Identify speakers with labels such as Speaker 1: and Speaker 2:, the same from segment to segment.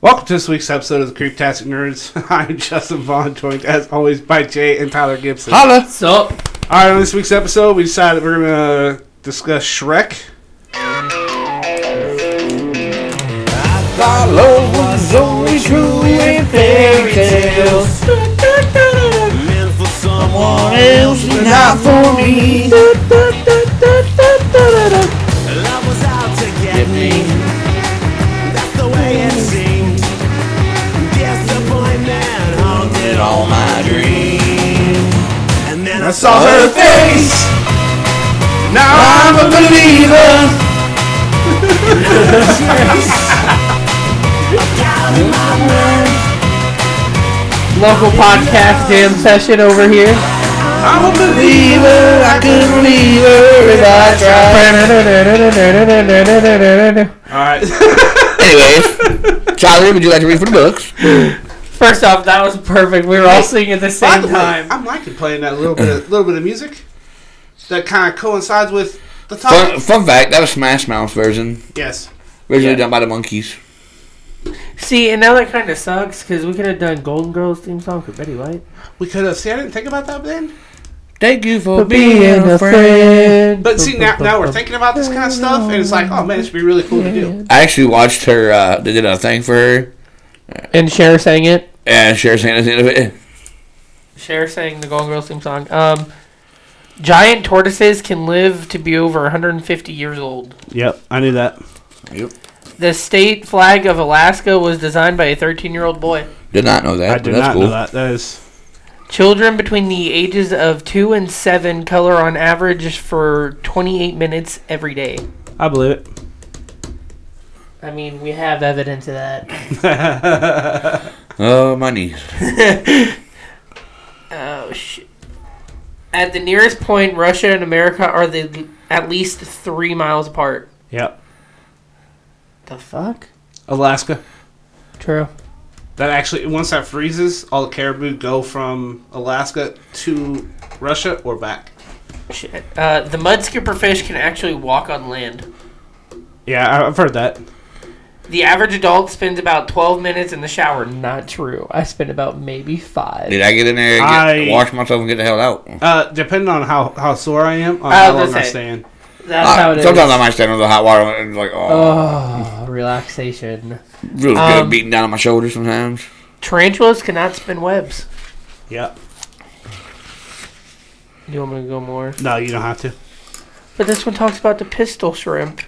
Speaker 1: Welcome to this week's episode of the Creeptastic Nerds. I'm Justin Vaughn, joined as always by Jay and Tyler Gibson.
Speaker 2: Holla!
Speaker 3: So,
Speaker 1: All right, on this week's episode, we decided we're going to discuss Shrek.
Speaker 2: Follow was only true in fairy tales.
Speaker 4: meant for someone
Speaker 2: Else not for me.
Speaker 4: Love was out to get me. That's the way it seemed. Disappointment haunted all my dreams. And then I saw
Speaker 1: Uh,
Speaker 4: her.
Speaker 2: face.
Speaker 1: Now
Speaker 2: I'm a believer.
Speaker 3: local podcast jam session over here.
Speaker 1: I'm a believer.
Speaker 2: Believer, I could believe her if I tried.
Speaker 1: All right.
Speaker 5: Anyways, Charlie, would you like to read from the books?
Speaker 3: First off, that was perfect. We were all singing at the
Speaker 1: By
Speaker 3: same
Speaker 1: the way,
Speaker 3: time.
Speaker 1: I'm liking playing that little bit, of, little bit of music that kind of coincides with the
Speaker 5: Fun,
Speaker 3: Uh,
Speaker 1: topic.
Speaker 5: fun fact: that was Smash Mouth's version,
Speaker 1: Yes.
Speaker 5: originally
Speaker 3: Yeah.
Speaker 5: done by the Monkees.
Speaker 3: See, and now that kind of sucks because we could have done Golden Girls theme song for Betty White.
Speaker 1: We could have. See, I didn't think about that then.
Speaker 5: Thank you for
Speaker 3: friend.
Speaker 1: But see, now, now we're thinking about this kind of stuff, and it's like, oh man, it should be really cool to do.
Speaker 5: I actually watched her. Uh, they did a thing for her,
Speaker 3: And Cher sang it.
Speaker 5: and Cher sang at the end of it.
Speaker 3: Cher sang the Golden Girls theme song. Um, giant tortoises can live to be over 150 years old.
Speaker 1: Yep, I knew that.
Speaker 3: The state flag of Alaska was designed by a 13-year-old boy.
Speaker 5: Did not know that. but that's cool.
Speaker 1: that. That is.
Speaker 3: Children between the ages of 2 and 7 color on average for 28 minutes every day.
Speaker 1: I believe it.
Speaker 3: I mean, we have evidence of that.
Speaker 5: Oh, my knees.
Speaker 3: Oh, shit. At the nearest point, Russia and America are the at least three miles apart.
Speaker 1: Yep.
Speaker 3: The fuck?
Speaker 1: Alaska.
Speaker 3: True.
Speaker 1: That actually, once that freezes, all the caribou go from Alaska to Russia or back.
Speaker 3: Shit. Uh, the mud skipper fish can actually walk on land.
Speaker 1: Yeah, I've heard that.
Speaker 3: The average adult spends about 12 minutes in the shower. Not true. I spend about maybe five.
Speaker 5: Did I get in there and get,
Speaker 1: I-
Speaker 5: wash myself and get the hell out?
Speaker 1: Uh, depending on how, how sore I am, on
Speaker 3: I
Speaker 1: how
Speaker 3: was
Speaker 1: long
Speaker 3: gonna
Speaker 1: I
Speaker 3: say.
Speaker 1: stay in.
Speaker 3: That's
Speaker 5: Uh,
Speaker 3: how it is.
Speaker 5: sometimes I might stand in the hot water and it's like, oh,
Speaker 3: Oh, relaxation.
Speaker 5: feels
Speaker 3: um,
Speaker 5: good beating down on my shoulders sometimes.
Speaker 3: Tarantulas cannot spin webs.
Speaker 1: Yep.
Speaker 3: You want me to go more?
Speaker 1: No, you don't have to.
Speaker 3: But this one talks about the pistol shrimp.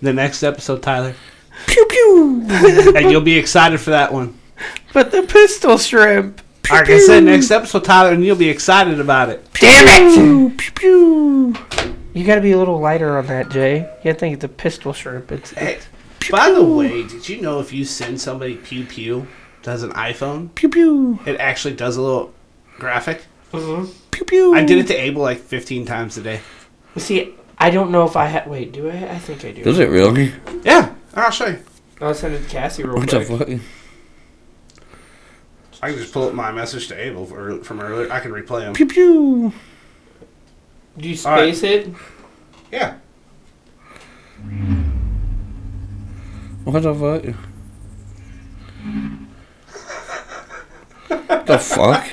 Speaker 1: The next episode, Tyler. Pew pew. and you'll be excited for that one.
Speaker 3: But the pistol shrimp.
Speaker 1: Like I said, next episode, Tyler, and you'll be excited about it.
Speaker 3: Damn it! You gotta be a little lighter on that, Jay. You gotta think it's a pistol shrimp. It's
Speaker 1: Hey, by the way, did you know if you send somebody pew pew does an iPhone,
Speaker 3: pew pew.
Speaker 1: it actually does a little graphic?
Speaker 3: Pew pew.
Speaker 1: I did it to Abel like 15 times a day.
Speaker 3: See, I don't know if I had. Wait, do I? I think I do.
Speaker 5: Does it really?
Speaker 1: Yeah, I'll show you.
Speaker 3: I'll send it to Cassie real
Speaker 5: What the
Speaker 3: quick.
Speaker 5: fuck?
Speaker 1: I can just pull up my message to Abel for- from earlier. I can replay them.
Speaker 5: Pew pew.
Speaker 3: Do you
Speaker 1: All right.
Speaker 3: space it?
Speaker 1: Yeah.
Speaker 5: What the fuck? the fuck?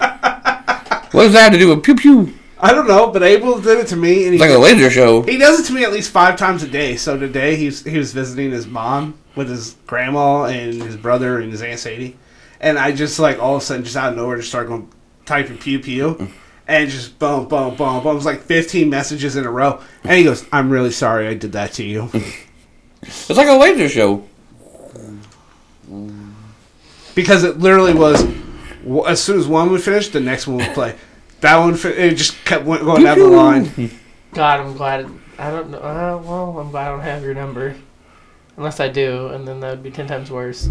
Speaker 5: What does that have to do with pew pew?
Speaker 1: I don't know, but Abel did it to me, and he,
Speaker 5: It's like a laser show.
Speaker 1: he does it to me at least five times a day. So today he was, he was visiting his mom with his grandma and his brother and his aunt Sadie, and I just like all of a sudden just out of nowhere just started going typing pew pew, and just boom boom boom boom. It was like fifteen messages in a row, and he goes, "I'm really sorry I did that to you."
Speaker 5: It's like a laser show.
Speaker 1: because it literally was w- as soon as one would finish, the next one would play. That one fi- it just kept went- going down the line.
Speaker 3: God, I'm glad. I don't know. Uh, well, I'm glad I don't have your number. Unless I do, and then that would be ten times worse.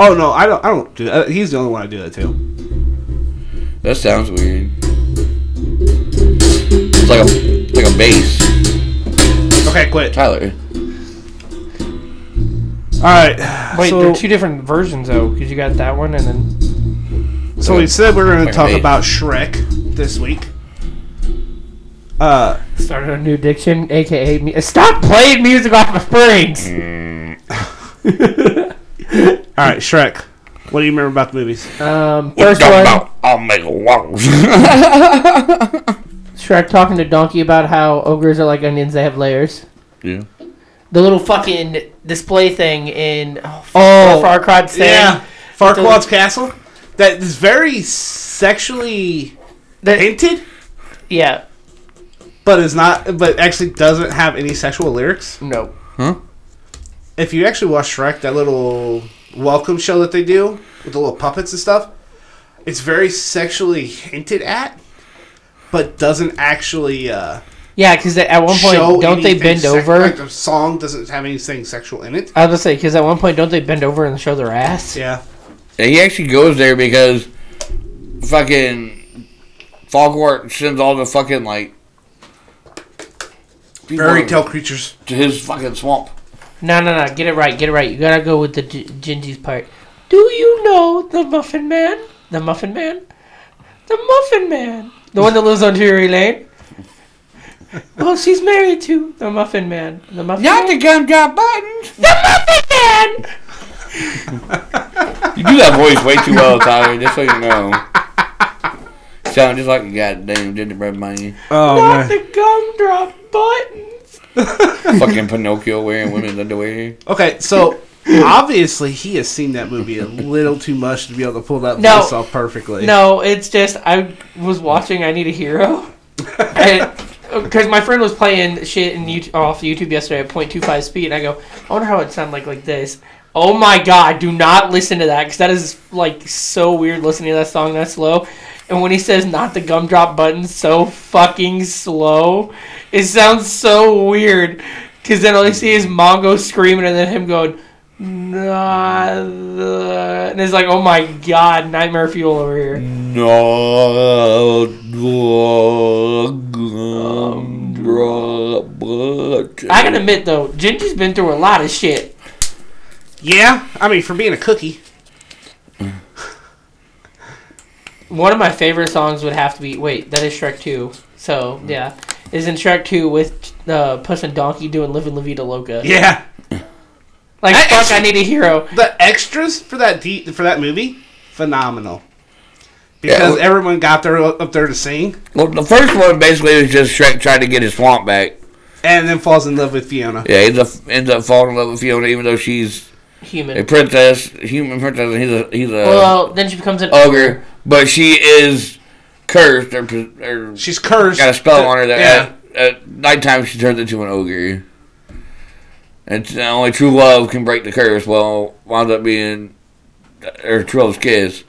Speaker 1: Oh no, I don't. I don't do that. He's the only one I do that to.
Speaker 5: That sounds weird. It's like a like a bass.
Speaker 1: Okay, quit. All
Speaker 5: Tyler.
Speaker 1: right.
Speaker 3: Wait,
Speaker 1: so,
Speaker 3: there are two different versions though, because you got that one and then.
Speaker 1: so we said we are going to
Speaker 5: Like
Speaker 1: talk
Speaker 5: me.
Speaker 1: about Shrek this week. Uh,
Speaker 5: Mm.
Speaker 3: Started a new diction, aka me. Stop playing music off my springs.
Speaker 1: All right, Shrek. What do you remember about the movies?
Speaker 3: Um,
Speaker 5: What you
Speaker 3: first
Speaker 5: talking
Speaker 3: one,
Speaker 5: about? I'll make a wall.
Speaker 3: Shrek talking to Donkey about how ogres are like onions; they have layers.
Speaker 5: yeah.
Speaker 3: The little fucking display thing in oh,
Speaker 1: Oh,
Speaker 3: Far Cry thing.
Speaker 1: Yeah,
Speaker 3: With
Speaker 1: Farquaad's
Speaker 3: the-
Speaker 1: castle. That is very sexually
Speaker 3: That,
Speaker 1: hinted,
Speaker 3: yeah.
Speaker 1: but is not. But actually, doesn't have any sexual lyrics.
Speaker 3: No.
Speaker 1: If you actually watch Shrek, that little welcome show that they do with the little puppets and stuff, it's very sexually hinted at, but doesn't actually uh,
Speaker 3: Yeah, because at one point,
Speaker 1: show.
Speaker 3: don't they
Speaker 1: anything
Speaker 3: bend
Speaker 1: sex-
Speaker 3: over?
Speaker 1: Like the song doesn't have anything sexual in it.
Speaker 3: I was gonna say because at one point, don't they bend over and show their ass?
Speaker 1: Yeah.
Speaker 5: And he actually goes there because fucking Foghorn sends all the fucking like people
Speaker 1: Fairy tale creatures.
Speaker 5: to his fucking swamp.
Speaker 3: No, no, no. Get it right. Get it right. You gotta go with the G- Gingy's part. Do you know the Muffin Man? The Muffin Man? The Muffin Man. The one that lives on Drury Lane. Well, she's married to the Muffin Man. The Muffin
Speaker 5: Not
Speaker 3: Man.
Speaker 5: the gumdrop buttons.
Speaker 3: The Muffin Man.
Speaker 5: You do that voice way too well, Tyler. Just so you know. Sound just like a goddamn gingerbread man.
Speaker 1: Oh
Speaker 3: Not the gumdrop buttons.
Speaker 5: Fucking Pinocchio wearing women's underwear.
Speaker 1: Okay, so obviously he has seen that movie a little too much to be able to pull that
Speaker 3: No.
Speaker 1: voice off perfectly.
Speaker 3: No, it's just I was watching I Need a Hero, and because my friend was playing shit in YouTube, off YouTube yesterday at 0.25 speed, and I go, I wonder how it sound like like this. Oh my god! Do not listen to that because that is like so weird listening to that song that slow. And when he says "not the gumdrop button" so fucking slow, it sounds so weird. Because then all you see is Mongo screaming and then him going. Nah, the... And it's like, oh my god, nightmare fuel over here.
Speaker 5: No gumdrop buttons.
Speaker 3: I can admit though, Gingy's been through a lot of shit.
Speaker 1: Yeah, I mean, for being a cookie.
Speaker 3: One of my favorite songs would have to be wait, that is Shrek Two. So yeah, is in Shrek Two with uh, Puss and Donkey doing "Living La Vida Loca."
Speaker 1: Yeah,
Speaker 3: Like
Speaker 1: That
Speaker 3: fuck,
Speaker 1: is-
Speaker 3: I need a hero.
Speaker 1: the extras for that de- for that movie, phenomenal. Because
Speaker 5: well-
Speaker 1: everyone got there up there to sing,
Speaker 5: Well, the first one basically was just Shrek trying to get his swamp back.
Speaker 1: and then falls in love with Fiona.
Speaker 5: Yeah, he ends up, ends up falling in love with Fiona, even though she's a
Speaker 3: Human.
Speaker 5: princess, human princess, and he's a he's a
Speaker 3: Well, then she becomes an
Speaker 5: ogre. But she is cursed, or, pos- or
Speaker 1: She's cursed.
Speaker 5: got a spell on her that
Speaker 1: Yeah.
Speaker 5: at, at nighttime she turns into an ogre. And it's- only true love can break the curse. Well, winds up being her true love's kiss,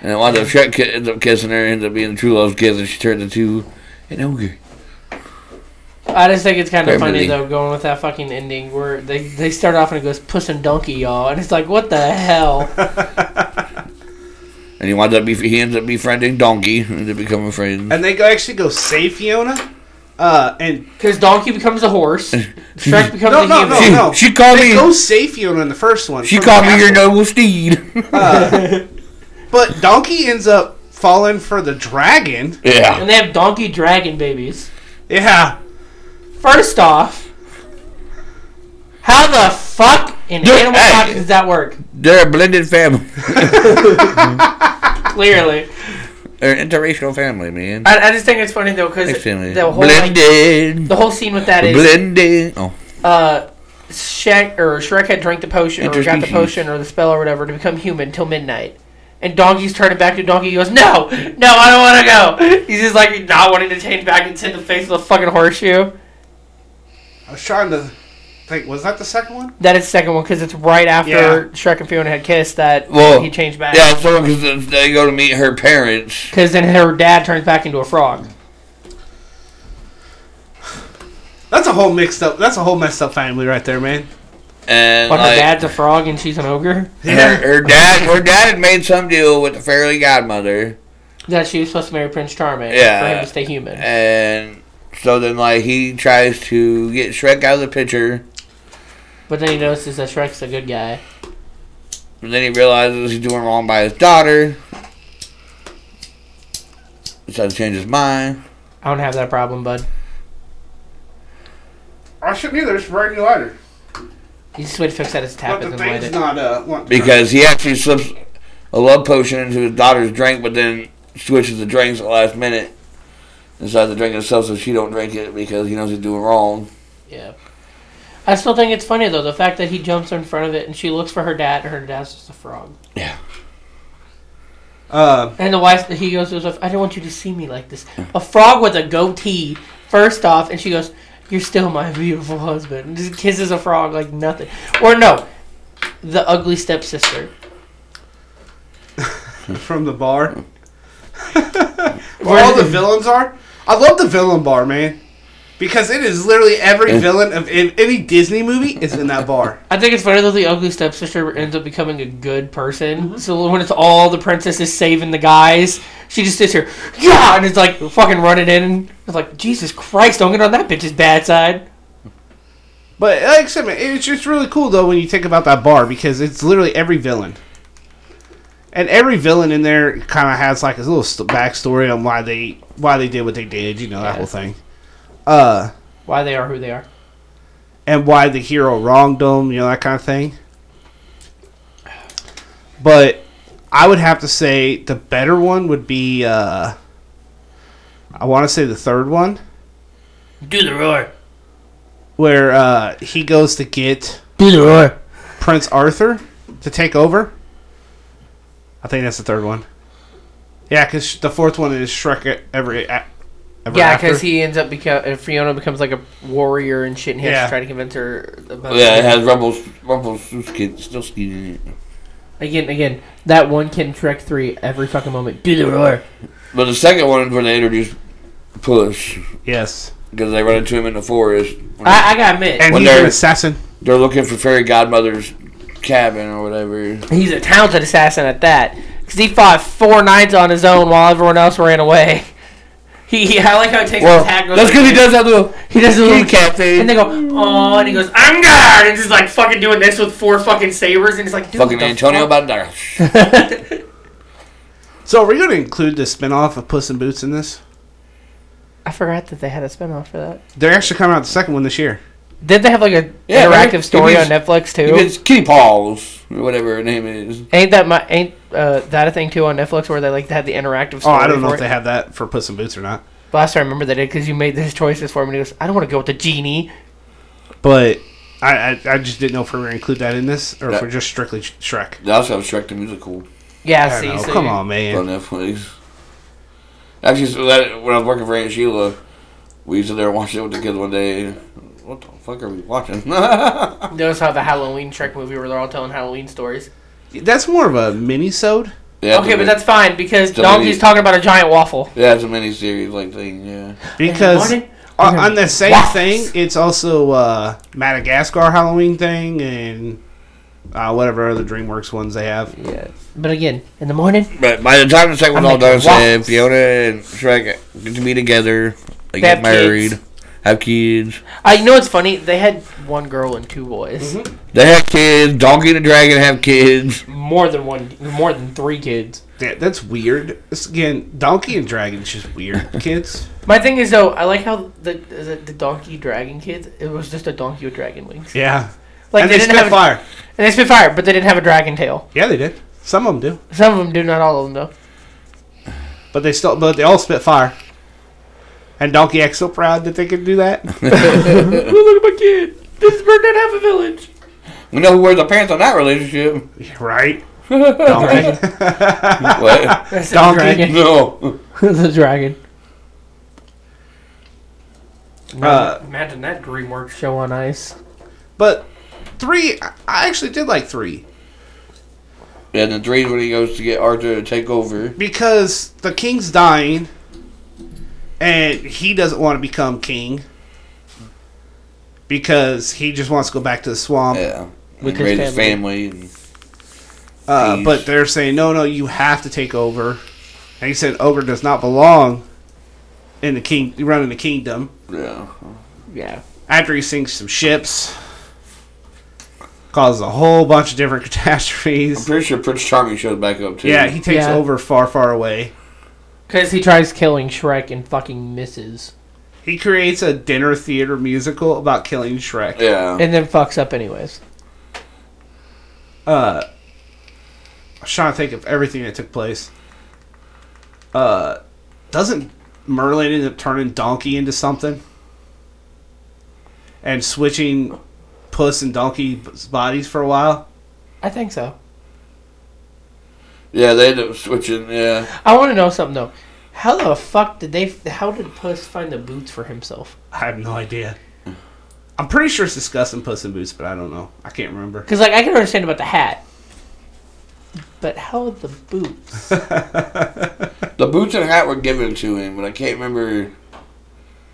Speaker 5: and it winds up Shrek ki- ends up kissing her, ends up being true love's kiss, and she turns into an ogre.
Speaker 3: I just think it's kind of funny
Speaker 5: Beverly.
Speaker 3: though, going with that fucking ending where they, they start off and it goes Puss and Donkey, y'all, and it's like, what the hell?
Speaker 5: And he winds up be, he ends up befriending Donkey, and they become friends.
Speaker 1: and they go actually go save Fiona. Uh, and
Speaker 3: Because Donkey becomes a horse, Shrek becomes
Speaker 1: No,
Speaker 3: a
Speaker 1: no,
Speaker 3: human.
Speaker 1: no.
Speaker 5: she, she called
Speaker 1: they
Speaker 5: me.
Speaker 1: go save Fiona in the first one.
Speaker 5: she
Speaker 1: from
Speaker 5: called
Speaker 1: the
Speaker 5: me your
Speaker 1: castle.
Speaker 5: noble steed.
Speaker 1: But Donkey ends up falling for the dragon.
Speaker 5: yeah.
Speaker 3: And they have donkey dragon babies.
Speaker 1: Yeah,
Speaker 3: First off, how the fuck in
Speaker 5: Dude,
Speaker 3: Animal
Speaker 5: hey.
Speaker 3: Crossing does that work?
Speaker 5: They're a blended family.
Speaker 3: Clearly,
Speaker 5: They're an interracial family, man.
Speaker 3: I, I just think it's funny though because
Speaker 5: Mixed family.
Speaker 3: the whole like,
Speaker 5: Blended.
Speaker 3: the whole scene with that is
Speaker 5: Blended. Oh.
Speaker 3: uh, Shrek or Shrek had drank the potion or got the
Speaker 5: Interspecies.
Speaker 3: potion or the spell or whatever to become human till midnight. And Donkey's turning back to Donkey. He goes, "No, no, I don't want to go." He's just like not wanting to change back and hit the face of the fucking horseshoe.
Speaker 1: I was trying to think. Was that the second one?
Speaker 3: That is the second one because it's right after
Speaker 1: Yeah.
Speaker 3: Shrek and Fiona had kissed that
Speaker 5: Well,
Speaker 3: he changed back.
Speaker 5: Yeah, so because they go to meet her parents.
Speaker 3: Because then her dad turns back into a frog.
Speaker 1: That's a whole mixed up. That's a whole messed up family right there, man.
Speaker 5: And
Speaker 3: But her
Speaker 5: like,
Speaker 3: dad's a frog and she's an ogre.
Speaker 5: her, her dad, her dad had made some deal with the fairy godmother,
Speaker 3: That she was supposed to marry Prince Charming for him
Speaker 5: Yeah.
Speaker 3: to stay human.
Speaker 5: and so then like he tries to get Shrek out of the picture,
Speaker 3: But then he notices that Shrek's a good guy.
Speaker 5: but then he realizes he's doing wrong by his daughter. Decides to change his mind.
Speaker 3: I don't have that problem, bud.
Speaker 1: I shouldn't either. It's a brand new lighter.
Speaker 3: The easiest way to fix that is tap
Speaker 1: But
Speaker 3: it
Speaker 1: the
Speaker 3: and light
Speaker 1: thing's
Speaker 3: it.
Speaker 1: not uh want-
Speaker 5: because he actually slips a love potion into his daughter's drink, but then switches the drinks at the last minute inside the drink itself, so she don't drink it because he knows he's doing wrong.
Speaker 3: Yeah. I still think it's funny though the fact that he jumps in front of it and she looks for her dad and her dad's just a frog.
Speaker 5: Yeah.
Speaker 1: Uh,
Speaker 3: And the wife he goes to his wife, I don't want you to see me like this. A frog with a goatee, first off, and she goes, You're still my beautiful husband and just kisses a frog like nothing. Or no. The ugly stepsister.
Speaker 1: from the bar. Where all the villains are. I love the villain bar, man. Because it is literally every villain of in, any Disney movie is in that bar.
Speaker 3: I think it's funny that the ugly stepsister ends up becoming a good person. So when it's all the princesses saving the guys, she just sits here, yeah, and it's like fucking running in. And it's like Jesus Christ, don't get on that bitch's bad side.
Speaker 1: But like I said, man, it's just really cool though when you think about that bar because it's literally every villain. And every villain in there kind of has like his little st- backstory on why they why they did what they did, you know that
Speaker 3: Yeah.
Speaker 1: whole thing. Uh,
Speaker 3: Why they are who they are.
Speaker 1: and why the hero wronged them, you know, that kind of thing. But I would have to say the better one would be uh I want to say the third one
Speaker 3: Do the roar.
Speaker 1: where uh he goes to get
Speaker 3: Do the roar.
Speaker 1: Prince Arthur to take over. I think that's the third one. Yeah, cuz the fourth one is Shrek e- every a- ever
Speaker 3: Yeah,
Speaker 1: after.
Speaker 3: because he ends up become Fiona becomes like a warrior and shit, and he has
Speaker 1: Yeah.
Speaker 3: to try to convince her. About
Speaker 5: Yeah, it has Rumble Rumpelstiltskin in it.
Speaker 3: Again, again, that one kid in Trek Three every fucking moment. Do the roar.
Speaker 5: But the second one is where they introduce Push
Speaker 1: Yes.
Speaker 5: because they run into him in the forest.
Speaker 3: I, I gotta admit,
Speaker 1: And
Speaker 5: When
Speaker 1: he's an
Speaker 5: they're-
Speaker 1: assassin.
Speaker 5: They're looking for Fairy Godmother's cabin or whatever.
Speaker 3: He's a talented assassin at that. Because he fought four knights on his own while everyone else ran away. He, he I like how he takes
Speaker 5: Well,
Speaker 3: his hat. and goes
Speaker 5: that's
Speaker 3: like
Speaker 5: because he
Speaker 3: this.
Speaker 5: does that little.
Speaker 3: He does a little
Speaker 5: kitty cat thing.
Speaker 3: And they go, oh, and he goes, I'm God! And he's like fucking doing this with four fucking sabers. And he's like, dude,
Speaker 5: Fucking
Speaker 3: what the
Speaker 5: Antonio
Speaker 3: fuck?
Speaker 5: Banderas.
Speaker 1: So are we going to include the spin-off of Puss in Boots in this?
Speaker 3: I forgot that they had a spinoff for that.
Speaker 1: They're actually coming out the second one this year.
Speaker 3: Did they have like a
Speaker 5: Yeah, right?
Speaker 3: interactive story
Speaker 5: It
Speaker 3: on
Speaker 5: is-
Speaker 3: Netflix too?
Speaker 5: it's Kitty Paws or whatever her name is.
Speaker 3: Ain't that my ain't uh, that a thing too on Netflix where they like had the interactive
Speaker 1: Oh,
Speaker 3: story?
Speaker 1: I don't know
Speaker 3: for
Speaker 1: if
Speaker 3: it?
Speaker 1: they have that for Puss in Boots or not.
Speaker 3: Last time I remember they did because you made these choices for him and he goes, I don't want to go with the genie.
Speaker 1: But I, I, I just didn't know if we were going to include that in this or if
Speaker 5: Yeah.
Speaker 1: we're just strictly Sh- Shrek.
Speaker 5: They also have Shrek the Musical
Speaker 3: Yeah,
Speaker 1: I
Speaker 3: see,
Speaker 1: don't know.
Speaker 3: so
Speaker 1: Come
Speaker 3: you-
Speaker 1: on,
Speaker 5: on
Speaker 1: man.
Speaker 5: Netflix. Actually, so that, when I was working for Aunt Sheila, we used to there and watch it with the kids one day. What the fuck are we watching?
Speaker 3: Notice how the Halloween Trek movie where they're all telling Halloween stories.
Speaker 1: That's more of a mini-sode.
Speaker 5: Yeah,
Speaker 3: okay, but that's fine because
Speaker 5: It's a
Speaker 3: Donkey's
Speaker 5: mini-
Speaker 3: talking about a giant waffel.
Speaker 5: yeah, it's a mini series like thing. Yeah,
Speaker 1: Because
Speaker 3: Morning.
Speaker 1: on, on the same
Speaker 3: Yes.
Speaker 1: thing, it's also uh, Madagascar Halloween thing and uh, whatever other DreamWorks ones they have.
Speaker 3: Yeah. But again, in the morning,
Speaker 5: but by the time the second
Speaker 3: I'm
Speaker 5: one's all done,
Speaker 3: making
Speaker 5: said
Speaker 3: waffles.
Speaker 5: Fiona and Shrek get to be together,
Speaker 3: They
Speaker 5: they get
Speaker 3: have
Speaker 5: married,
Speaker 3: kids.
Speaker 5: have kids.
Speaker 3: I you know it's funny. They had one girl and two boys,
Speaker 1: Mm-hmm.
Speaker 5: They have kids. Donkey and the Dragon have kids.
Speaker 3: more than one, more than three kids.
Speaker 1: That, that's weird. It's, again, Donkey and Dragon's just weird, kids.
Speaker 3: My thing is though, I like how the is it the donkey dragon kids. It was just a donkey with dragon wings.
Speaker 1: Yeah.
Speaker 3: Like
Speaker 1: and
Speaker 3: they,
Speaker 1: they,
Speaker 3: didn't
Speaker 1: spit
Speaker 3: have a-
Speaker 1: fire.
Speaker 3: and they spit fire, but they didn't have a dragon tail.
Speaker 1: Yeah, they did. Some of them do.
Speaker 3: Some of them do, not all of them though.
Speaker 1: But they still, but they all spit fire. And Donkey X so proud that they could do that.
Speaker 3: Look at my kid. This bird did half a village.
Speaker 5: We know who wears the pants on that relationship.
Speaker 1: Right. Donkey.
Speaker 5: what?
Speaker 3: That's
Speaker 1: Donkey.
Speaker 3: The dragon.
Speaker 5: No.
Speaker 3: the dragon.
Speaker 1: Uh,
Speaker 3: Imagine that DreamWorks show on ice.
Speaker 1: but three, I I actually did like three
Speaker 5: And then three is when he goes to get Arthur to take over.
Speaker 1: because the king's dying, and he doesn't want to become king because he just wants to go back to the swamp.
Speaker 5: Yeah.
Speaker 3: With
Speaker 5: and
Speaker 3: his
Speaker 5: raise his family. and-
Speaker 1: Uh,
Speaker 5: Jeez.
Speaker 1: but they're saying, no, no, you have to take over. And he said, over does not belong in the king running the kingdom.
Speaker 5: yeah.
Speaker 3: Yeah.
Speaker 1: after he sinks some ships, causes a whole bunch of different
Speaker 5: I'm
Speaker 1: catastrophes.
Speaker 5: pretty sure Prince Charming shows back up too.
Speaker 1: Yeah, he takes
Speaker 3: Yeah.
Speaker 1: over far, far away.
Speaker 3: Because he tries killing Shrek and fucking misses.
Speaker 1: He creates a dinner theater musical about killing Shrek.
Speaker 5: yeah.
Speaker 3: And then fucks up anyways.
Speaker 1: Uh, I was trying to think of everything that took place. Uh, doesn't Merlin end up turning Donkey into something? And switching Puss and Donkey's bodies for a while?
Speaker 3: I think so.
Speaker 5: Yeah, they end up switching. Yeah,
Speaker 3: I want to know something though. How the fuck did they? How did Puss find the boots for himself?
Speaker 1: I have no idea. I'm pretty sure it's discussed in Puss in Boots, but I don't know. I can't remember.
Speaker 3: Because like I can understand about the hat, but how the boots?
Speaker 5: the boots and hat were given to him, but I can't remember.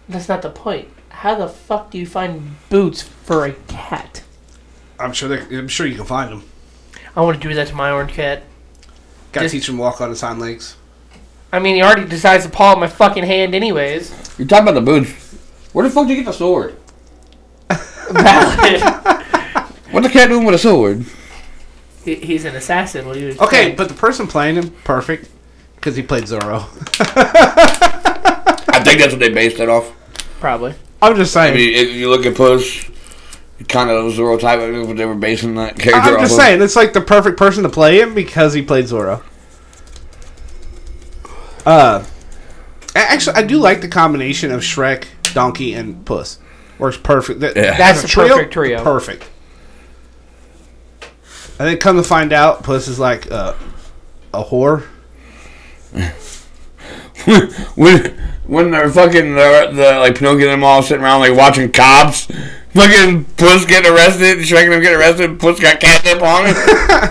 Speaker 3: That's not the point. How the fuck do you find boots for a cat?
Speaker 1: I'm sure. they- I'm sure you can find them.
Speaker 3: I want to do that to my orange cat.
Speaker 1: Got to
Speaker 3: Just-
Speaker 1: teach him to walk on his hind legs.
Speaker 3: I mean, he already decides to paw at my fucking hand, anyways.
Speaker 5: You're talking about the boots. Where the fuck did you get the sword?
Speaker 3: Valid.
Speaker 5: What's the cat doing with a sword?
Speaker 3: He- He's an assassin. What do you
Speaker 1: Okay,
Speaker 3: expect?
Speaker 1: but the person playing him, perfect, because he played Zorro.
Speaker 5: I think that's what they based it off.
Speaker 3: probably.
Speaker 1: I'm just saying.
Speaker 5: I mean, if you look at Puss, kind of Zorro type, I mean, but they were basing that character
Speaker 1: I'm
Speaker 5: off
Speaker 1: just
Speaker 5: of.
Speaker 1: saying, it's like the perfect person to play him because he played Zorro. Uh, a- actually, I do like the combination of Shrek, Donkey, and Puss. Works perfect. That,
Speaker 5: Yeah.
Speaker 3: That's
Speaker 1: as
Speaker 3: the perfect trio.
Speaker 1: Perfect. And then come to find out, Puss is like uh, a whore.
Speaker 5: when when they're fucking the, the like Pinocchio and them all sitting around like watching cops, fucking Puss getting arrested, Shrek and him getting arrested, Puss got catnip on him.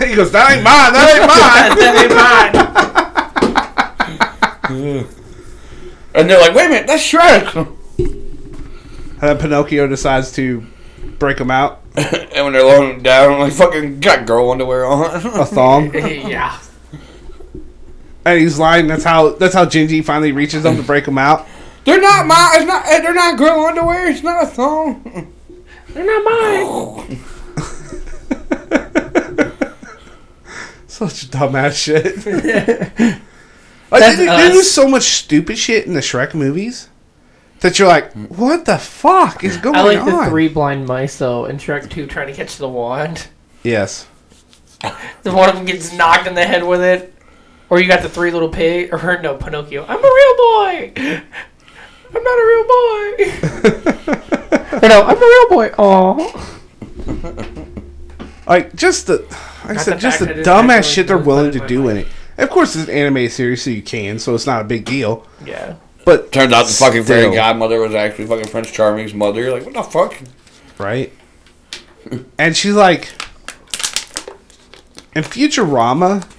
Speaker 1: he goes, "That ain't mine. That ain't mine."
Speaker 5: and they're like, wait a minute, that's Shrek.
Speaker 1: and then Pinocchio decides to break him out
Speaker 5: and when they're loading him down, like fucking got girl underwear on.
Speaker 1: a thong.
Speaker 3: yeah.
Speaker 1: and he's lying. That's how that's how Gingy finally reaches him to break him out.
Speaker 5: they're not my, it's not, eh, they're not girl underwear. It's not a thong.
Speaker 3: They're not mine.
Speaker 1: Such dumbass shit. like,
Speaker 3: That's
Speaker 1: they, do- they do
Speaker 3: us.
Speaker 1: so much stupid shit in the Shrek movies that you're like, what the fuck is going
Speaker 3: I like
Speaker 1: on?
Speaker 3: the three blind mice though, and Shrek Two trying to catch the wand.
Speaker 1: Yes.
Speaker 3: The one of them gets knocked in the head with it. Or you got the three little pig, or no, Pinocchio. I'm a real boy. I'm not a real boy. or no, uh, I'm a real boy. Oh,
Speaker 1: Like just the, like I
Speaker 3: Not
Speaker 1: said,
Speaker 3: the
Speaker 1: just
Speaker 3: fact
Speaker 1: the
Speaker 3: that it
Speaker 1: dumbass
Speaker 3: actually
Speaker 1: shit they're
Speaker 3: goes
Speaker 1: willing
Speaker 3: by
Speaker 1: to
Speaker 3: my
Speaker 1: do in
Speaker 3: mind.
Speaker 1: it. And of course, it's an anime series, so you can, so it's not a big deal.
Speaker 3: yeah.
Speaker 1: But
Speaker 5: Turns out the fucking fairy
Speaker 1: Still.
Speaker 5: godmother was actually fucking Prince Charming's mother. You're like, what the fuck?
Speaker 1: right? And she's like, in Futurama,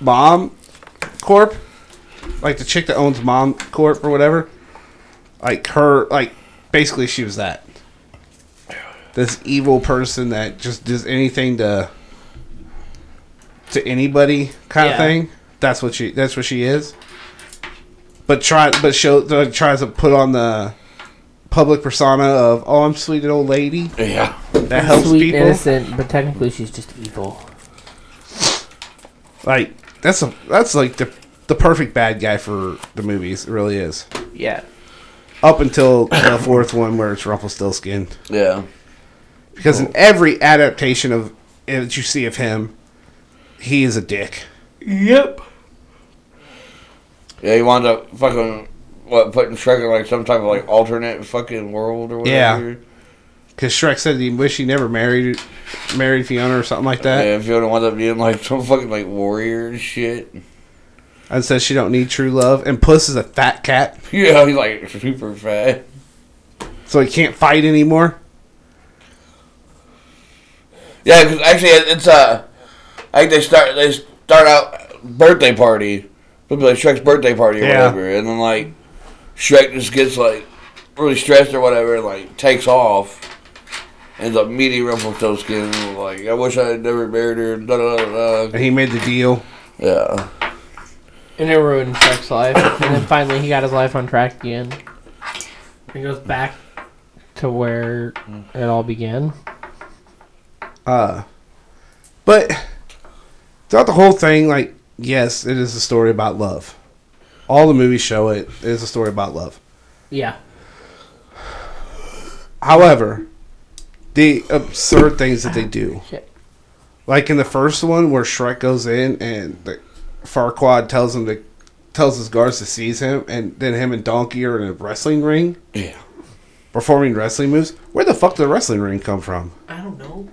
Speaker 1: Mom Corp, like the chick that owns Mom Corp or whatever, like her, like basically she was that. This evil person that just does anything to to anybody kind
Speaker 3: Yeah.
Speaker 1: of thing. That's what she. That's what she is. But try, but show uh, tries to put on the public persona of oh, I'm sweet old lady
Speaker 5: Yeah.
Speaker 1: that helps people.
Speaker 3: innocent, but technically she's just evil.
Speaker 1: Like that's a that's like the the perfect bad guy for the movies. It really is.
Speaker 3: Yeah.
Speaker 1: Up until the fourth one where it's Rumpelstiltskin,
Speaker 5: Yeah.
Speaker 1: because in every adaptation of eh, that you see of him, he is a dick.
Speaker 3: Yep.
Speaker 5: Yeah, he wound up fucking what putting Shrek in like some type of like alternate fucking world or
Speaker 1: Yeah.
Speaker 5: whatever.
Speaker 1: Because Shrek said he wished he never married married Fiona or something like
Speaker 5: Yeah.
Speaker 1: that,
Speaker 5: if you don't wind up being like some fucking like warrior and shit.
Speaker 1: and says she don't need true love. And Puss is a fat cat,
Speaker 5: Yeah, he's like super fat.
Speaker 1: so he can't fight anymore.
Speaker 5: Yeah, because actually it- it's uh, I think they start they start out birthday party, it'll be like Shrek's birthday party or
Speaker 1: Yeah.
Speaker 5: whatever, and then like Shrek just gets like really stressed or whatever, and, like takes off. Ends up meeting Rumpelstiltskin, like I wish I had never married her. Da da da da.
Speaker 1: And he made the deal.
Speaker 5: Yeah.
Speaker 3: And it ruined Shrek's life. and then finally he got his life on track again. He goes back to where
Speaker 6: Mm.
Speaker 3: it all began.
Speaker 1: Uh, but throughout the whole thing, like, yes, it is a story about love. All the movies show it. It is a story about love.
Speaker 3: Yeah.
Speaker 1: However, the absurd things that they do
Speaker 3: Shit.
Speaker 1: Like in the first one where Shrek goes in and the Farquaad tells him to tells his guards to seize him, and then him and Donkey are in a wrestling ring
Speaker 5: Yeah.
Speaker 1: performing wrestling moves. Where the fuck did the wrestling ring come from?
Speaker 3: I don't know.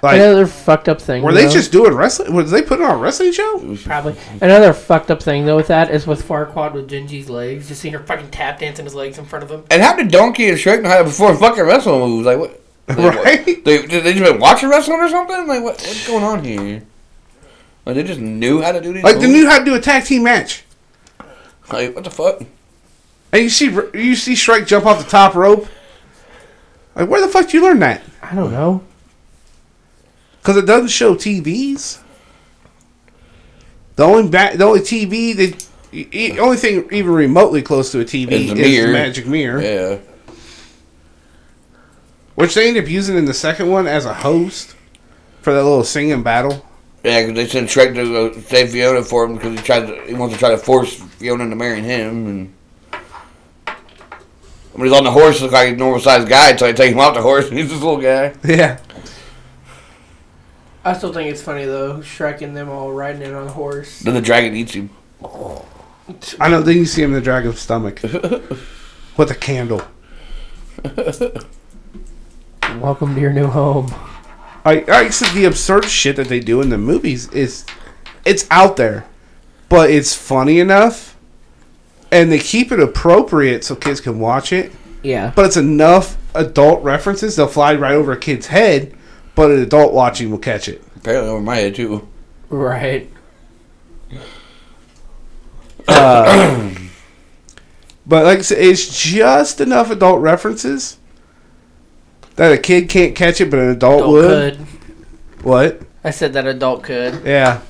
Speaker 1: Like,
Speaker 6: Another fucked up thing.
Speaker 1: were they
Speaker 6: though-
Speaker 1: just doing wrestling? Were they putting on a wrestling show?
Speaker 3: Probably.
Speaker 6: another fucked up thing though with that is with
Speaker 3: Farquad with Genji's legs, just seeing her fucking tap dancing his legs in front of him.
Speaker 5: And how did Donkey and Shrek know how to perform fucking wrestling moves? Like what? Like, what?
Speaker 1: Right?
Speaker 5: They did they just been watching wrestling or something? Like what? What's going on here? Like they just knew how to do these.
Speaker 1: Like they
Speaker 5: moves?
Speaker 1: knew how to do a tag team match.
Speaker 5: Like what the fuck?
Speaker 1: And you see you see Shrek jump off the top rope. Like where the fuck did you learn that?
Speaker 6: I don't know.
Speaker 1: Because it doesn't show TVs. The only ba- the only TV that e- e- only thing even remotely close to a TV
Speaker 5: Is
Speaker 1: is,
Speaker 5: the
Speaker 1: the
Speaker 5: mirror.
Speaker 1: magic mirror,
Speaker 5: Yeah.
Speaker 1: which they end up using in the second one as a host for that little singing battle.
Speaker 5: Yeah, 'cause they sent Shrek to go save Fiona for him because he tried to, he wants to try to force Fiona into marrying him, and when he's on the horse, looks like a normal sized guy, so I take him off the horse, and he's this little guy.
Speaker 1: Yeah,
Speaker 3: I still think it's funny though, Shrek and them all riding in on a horse.
Speaker 5: Then the dragon eats him.
Speaker 1: I know. Then you see him in the dragon's stomach with a candle.
Speaker 6: Welcome to your new home.
Speaker 1: I I said the absurd shit that they do in the movies is it's out there, but it's funny enough, and they keep it appropriate so kids can watch it.
Speaker 6: Yeah.
Speaker 1: but it's enough adult references they'll fly right over a kid's head but an adult watching will catch it
Speaker 5: Apparently over my head too.
Speaker 6: Right.
Speaker 1: but like I said, it's just enough adult references that a kid can't catch it but an adult,
Speaker 3: Adult
Speaker 1: would
Speaker 3: could.
Speaker 1: what
Speaker 3: I said that adult could.
Speaker 1: yeah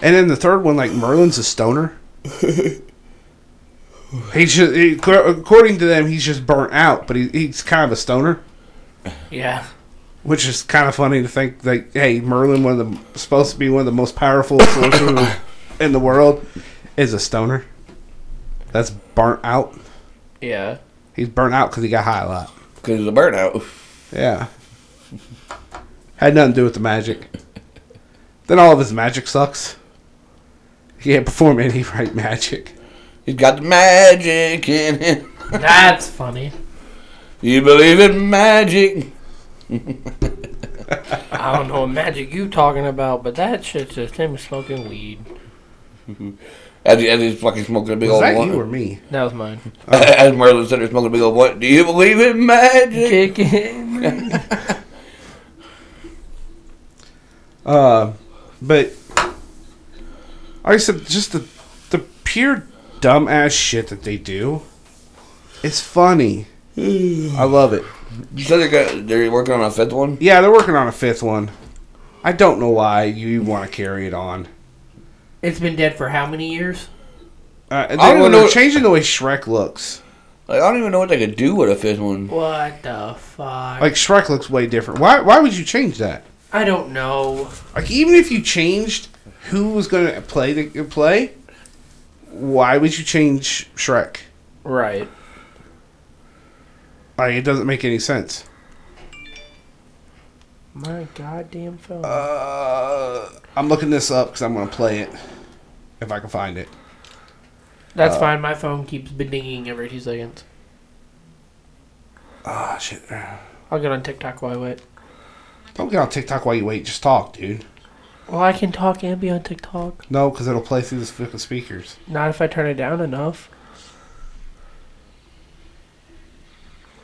Speaker 1: and then the third one like merlin's a stoner he's just he, according to them he's just burnt out but he, he's kind of a stoner
Speaker 3: Yeah.
Speaker 1: Which is kind of funny to think that hey, Merlin, one of the supposed to be one of the most powerful sorcerers in the world, is a stoner. That's burnt out.
Speaker 3: Yeah.
Speaker 1: He's burnt out because he got high a lot.
Speaker 5: Because it's a burnout.
Speaker 1: Yeah, had nothing to do with the magic. Then all of his magic sucks. He can't perform any right magic.
Speaker 5: He's got the magic in him.
Speaker 6: That's funny.
Speaker 5: You believe in magic?
Speaker 3: I don't know what magic you talking about, but that shit's just him smoking weed.
Speaker 5: As, he, as he's fucking smoking a big
Speaker 1: Was
Speaker 5: old
Speaker 1: that
Speaker 5: blunt.
Speaker 1: you or me?
Speaker 3: That was mine.
Speaker 5: as Merlin said, he's smoking a big old blunt. Do you believe in magic?
Speaker 3: Kicking.
Speaker 1: Uh, but like I said, just the the pure dumbass shit that they do. It's funny. I love it.
Speaker 5: You said they're, got, they're working on a fifth one?
Speaker 1: Yeah, they're working on a fifth one. I don't know why you want to carry it on.
Speaker 3: It's been dead for how many years?
Speaker 1: Uh, they,
Speaker 5: don't
Speaker 1: well,
Speaker 5: know-
Speaker 1: they're changing the way Shrek looks.
Speaker 5: Like, I don't even know what they could do with a fifth one.
Speaker 3: What the fuck?
Speaker 1: Like Shrek looks way different. Why? Why would you change that?
Speaker 3: I don't know.
Speaker 1: Like even if you changed who was going to play the play, why would you change Shrek?
Speaker 3: Right.
Speaker 1: Like it doesn't make any sense.
Speaker 3: My goddamn phone.
Speaker 1: Uh, I'm looking this up because I'm going to play it if I can find it.
Speaker 3: That's
Speaker 1: Uh,
Speaker 3: fine. My phone keeps dinging every two seconds.
Speaker 1: Ah, shit.
Speaker 3: I'll get on TikTok while I wait.
Speaker 1: Don't get on TikTok while you wait. Just talk, dude.
Speaker 3: Well, I can talk and be on TikTok.
Speaker 1: No, because it'll play through the fucking speakers.
Speaker 3: Not if I turn it down enough.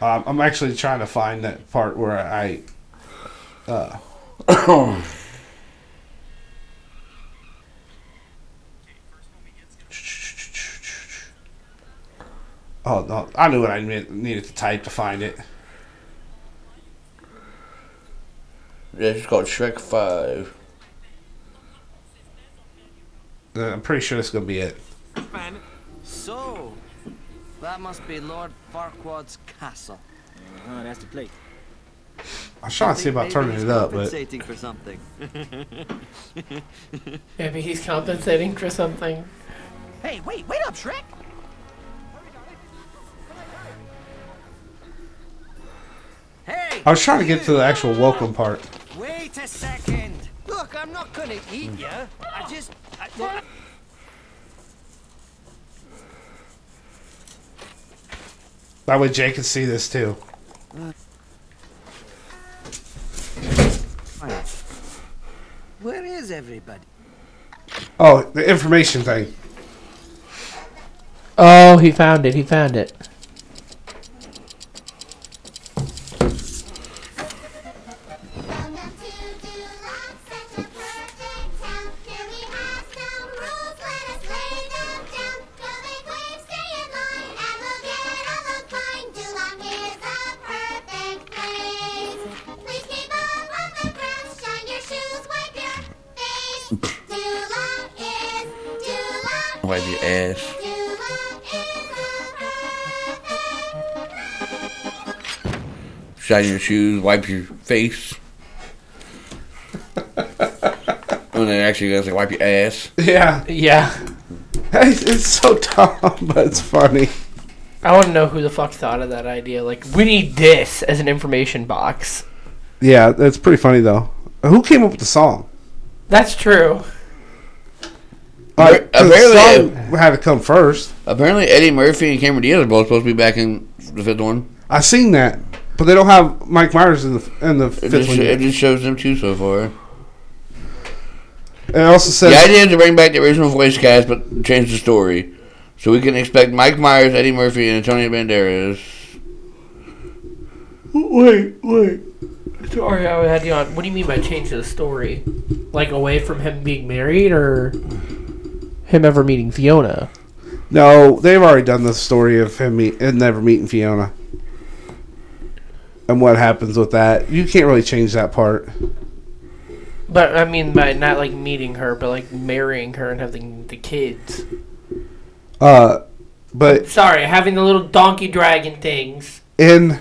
Speaker 1: Um, I'm actually trying to find that part where I. Uh, oh no! I knew what I ne- needed to type to find it.
Speaker 5: Yeah, it's called Shrek 5.
Speaker 1: Uh, I'm pretty sure this is gonna be it.
Speaker 4: So, that must be Lord Farquaad's castle.
Speaker 2: Oh, that's the place.
Speaker 1: I was trying to see about turning it up, but
Speaker 4: Compensating for something.
Speaker 3: Maybe he's compensating for something.
Speaker 4: Hey, wait, wait up, Shrek!
Speaker 1: I was trying to get to the actual welcome part.
Speaker 4: Wait a second. Look, I'm not gonna eat you. I just. I, I,
Speaker 1: That way Jay can see this too.
Speaker 4: where is everybody?
Speaker 1: Oh, the information thing.
Speaker 6: Oh, he found it. He found it.
Speaker 5: Wipe your ass. Shine your shoes. Wipe your face. and then actually, you guys like wipe your ass.
Speaker 1: Yeah,
Speaker 3: Yeah.
Speaker 1: it's, it's so dumb, but it's funny.
Speaker 3: I want to know who the fuck thought of that idea. Like, we need this as an information box.
Speaker 1: Yeah, that's pretty funny though. Who came up with the song?
Speaker 3: That's true.
Speaker 1: Like, 'cause
Speaker 5: Apparently-
Speaker 1: the song had to come first.
Speaker 5: Apparently, Eddie Murphy and Cameron Diaz are both supposed to be back in the fifth one.
Speaker 1: I seen that, but they don't have Mike Myers in the in the
Speaker 5: It,
Speaker 1: fifth
Speaker 5: just,
Speaker 1: one.
Speaker 5: it
Speaker 1: yet.
Speaker 5: just shows them two so far.
Speaker 1: It also says
Speaker 5: The idea is to bring back the original voice cast, but change the story, so we can expect Mike Myers, Eddie Murphy, and Antonio Banderas.
Speaker 3: Wait, wait. Sorry, I had you on. What do you mean by change the story? Like away from him being married, or
Speaker 6: Him ever meeting Fiona.
Speaker 1: no. They've already done the story of him meet, and never meeting Fiona, and what happens with that. You can't really change that part.
Speaker 3: but I mean by not like meeting her, but like marrying her and having the kids.
Speaker 1: Uh, but
Speaker 3: Sorry, having the little donkey dragon things.
Speaker 1: in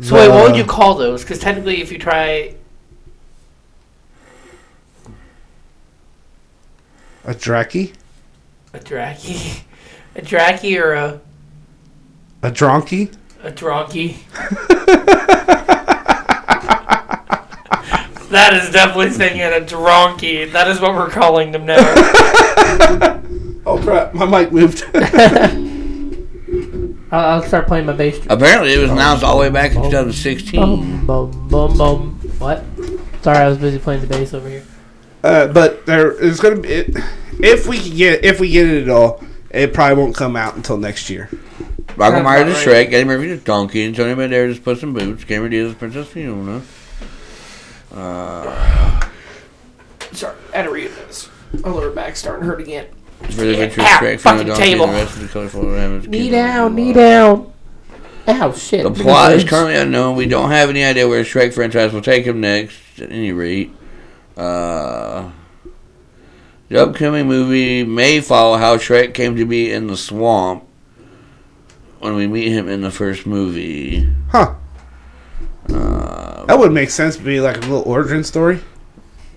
Speaker 3: So wait, what
Speaker 1: the-
Speaker 3: would you call those? Because technically, if you try,
Speaker 1: a draki,
Speaker 3: a draki, a draki or a
Speaker 1: a dronky,
Speaker 3: a dronky. that is definitely saying it. A dronky. That is what we're calling them now.
Speaker 1: Oh crap! My mic moved.
Speaker 6: I'll, I'll start playing my bass. drum.
Speaker 5: Apparently, it was announced all the way back in
Speaker 3: Oh.
Speaker 5: 2016.
Speaker 6: Boom, boom, boom, boom. What? Sorry, I was busy playing the bass over here.
Speaker 1: uh, but there is going to be it, if we can get if we get it at all. It probably won't come out until next year.
Speaker 5: Michael
Speaker 3: That's
Speaker 5: Myers is
Speaker 3: not right.
Speaker 5: Shrek, Eddie Murphy is Donkey, Antonio Banderas is Puss in Boots, Cameron Diaz is Princess Fiona.
Speaker 3: Sorry, I had to read this. I'll lower back, starting hurt again.
Speaker 5: It's really
Speaker 3: Yeah,
Speaker 5: good to
Speaker 3: ow,
Speaker 5: Shrek, Fiona
Speaker 3: fucking
Speaker 5: Donkey, and
Speaker 3: table.
Speaker 5: the rest of the colorful rabbits.
Speaker 6: Knee
Speaker 5: Keep
Speaker 6: down,
Speaker 5: on
Speaker 6: knee
Speaker 5: the
Speaker 6: down. Ow, Oh, shit.
Speaker 5: The plot is currently unknown. We don't have any idea where the Shrek franchise will take him next, at any rate. Uh, the upcoming movie may follow how Shrek came to be in the swamp when we meet him in the first movie.
Speaker 1: Huh? that would make sense. to Be like a little origin story.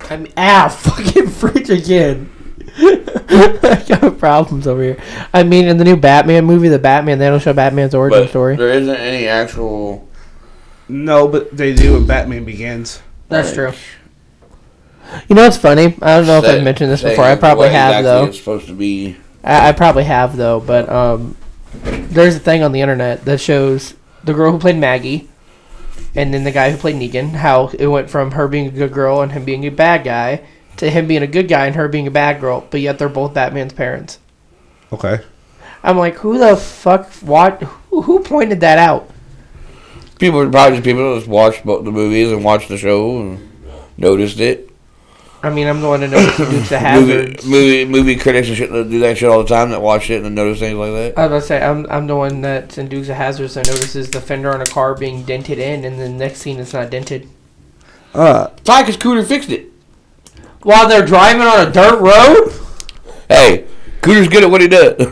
Speaker 6: I'm ow, fucking fridge again. I got problems over here. I mean, in the new Batman movie, the Batman, they don't show Batman's origin
Speaker 5: But
Speaker 6: story.
Speaker 5: there isn't any actual.
Speaker 1: No, but they do in Batman Begins.
Speaker 6: That's true. You know what's funny? I don't know if I've
Speaker 5: set-
Speaker 6: mentioned this
Speaker 5: set
Speaker 6: before. I
Speaker 5: of
Speaker 6: probably
Speaker 5: what
Speaker 6: have
Speaker 5: exactly
Speaker 6: though.
Speaker 5: It's supposed to be.
Speaker 6: I, I probably have though. But um, there's a thing on the internet that shows the girl who played Maggie, and then the guy who played Negan. How it went from her being a good girl and him being a bad guy to him being a good guy and her being a bad girl. But yet they're both Batman's parents.
Speaker 1: Okay.
Speaker 6: I'm like, who the fuck? What? Who, who pointed that out?
Speaker 5: People are probably just people that just watch both the movies and watch the show and noticed it.
Speaker 6: I mean, I'm the one to know Dukes of
Speaker 5: Movie,
Speaker 6: Hazard.
Speaker 5: movie movie critics and shit that do that shit all the time that watch it and notice things like that.
Speaker 6: I was about to say, I'm, I'm the one that's in Dukes of Hazard that notices the fender on a car being dented in, and the next scene it's not dented.
Speaker 1: Uh,
Speaker 5: Tykus Cooter fixed it.
Speaker 6: While they're driving on a dirt road?
Speaker 5: Hey, Cooter's good at what he does.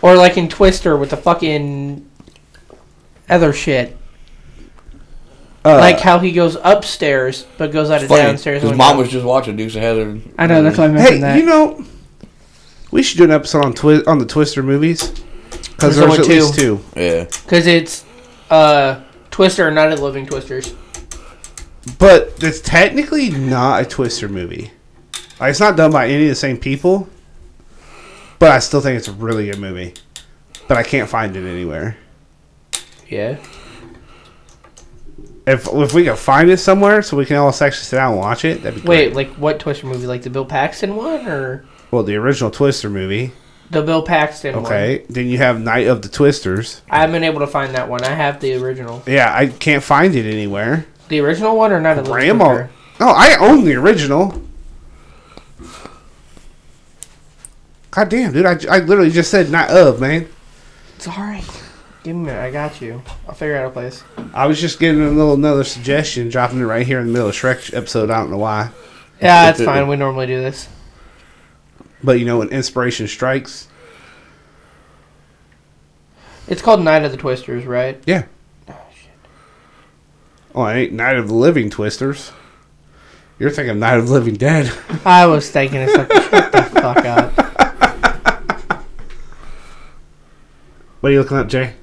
Speaker 6: Or like in Twister with the fucking other shit.
Speaker 1: uh,
Speaker 6: like how he goes upstairs but goes out of
Speaker 5: Funny,
Speaker 6: downstairs.
Speaker 5: his
Speaker 6: when-
Speaker 5: mom was just watching Dukes of Hazzard.
Speaker 6: I know, that's why I mentioned
Speaker 1: hey,
Speaker 6: that.
Speaker 1: you know, we should do an episode on twi- on the Twister movies
Speaker 6: There's
Speaker 1: because there's,
Speaker 6: only
Speaker 1: at
Speaker 6: two.
Speaker 1: least two.
Speaker 5: Yeah,
Speaker 6: Because it's
Speaker 3: uh, Twister, not at Living Twisters.
Speaker 1: But it's technically not a Twister movie. Like, it's not done by any of the same people. But I still think it's a really good movie. But I can't find it anywhere.
Speaker 3: Yeah.
Speaker 1: If if we can find it somewhere, so we can all actually sit down and watch it, that'd be great.
Speaker 3: Wait, like what Twister movie? Like the Bill Paxton one or
Speaker 1: Well, the original Twister movie.
Speaker 3: the Bill Paxton one?
Speaker 1: Okay. Then you have Night of the Twisters.
Speaker 3: I haven't been able to find that one. I have the original.
Speaker 1: Yeah, I can't find it anywhere.
Speaker 3: The original one or not at Living
Speaker 1: Grandma.
Speaker 3: Twister?
Speaker 1: No, I own the original. God damn, dude. I, I literally just said not of, man.
Speaker 3: It's alright. Give me a minute. I got you. I'll figure out a place.
Speaker 1: I was just getting a little another suggestion, dropping it right here in the middle of Shrek episode. I don't know why.
Speaker 3: Yeah, it's fine. We normally do this.
Speaker 1: But you know, when inspiration strikes.
Speaker 3: It's called Night of the Twisters, right?
Speaker 1: Yeah. Oh, I ain't Night of the Living Twisters. You're thinking Night of the Living Dead.
Speaker 3: I was thinking it's like shut the fuck up.
Speaker 1: what are you looking up, Jay?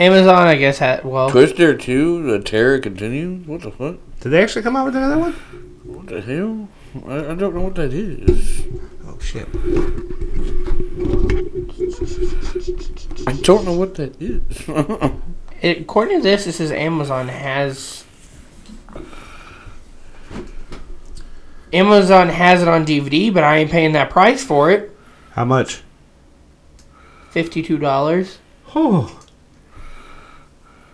Speaker 3: Amazon, I guess had well.
Speaker 5: Twister 2, The Terror Continues? What the fuck?
Speaker 1: Did they actually come out with another one?
Speaker 5: What the hell? I, I don't know what that is.
Speaker 1: Oh shit!
Speaker 5: I don't know what that is.
Speaker 3: It, according to this, it says Amazon has. Amazon has it on DVD, but I ain't paying that price for it.
Speaker 1: How much?
Speaker 3: Fifty-two dollars.
Speaker 1: Oh.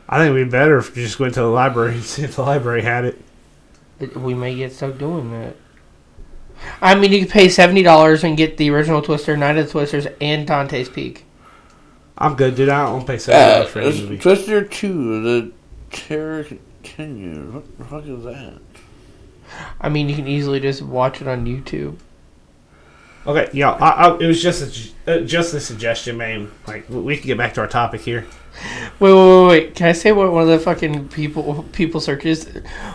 Speaker 1: I think it'd be better if you just went to the library and see if the library had it.
Speaker 3: We may get stuck doing that. I mean, you could pay seventy dollars and get the original Twister, Night of the Twisters, and Dante's Peak.
Speaker 1: I'm good, dude. I don't pay seven
Speaker 5: Yeah,
Speaker 1: dollars for any
Speaker 5: it's
Speaker 1: movie.
Speaker 5: Uh, Twister 2, The Terror Continues. What the fuck is that?
Speaker 3: I mean, you can easily just watch it on YouTube.
Speaker 1: Okay, yeah, I, I, it was just a, ju- uh, just a suggestion, man. Like we- we can get back to our topic here.
Speaker 3: Wait, wait, wait, wait. Can I say what one of the fucking people people searches?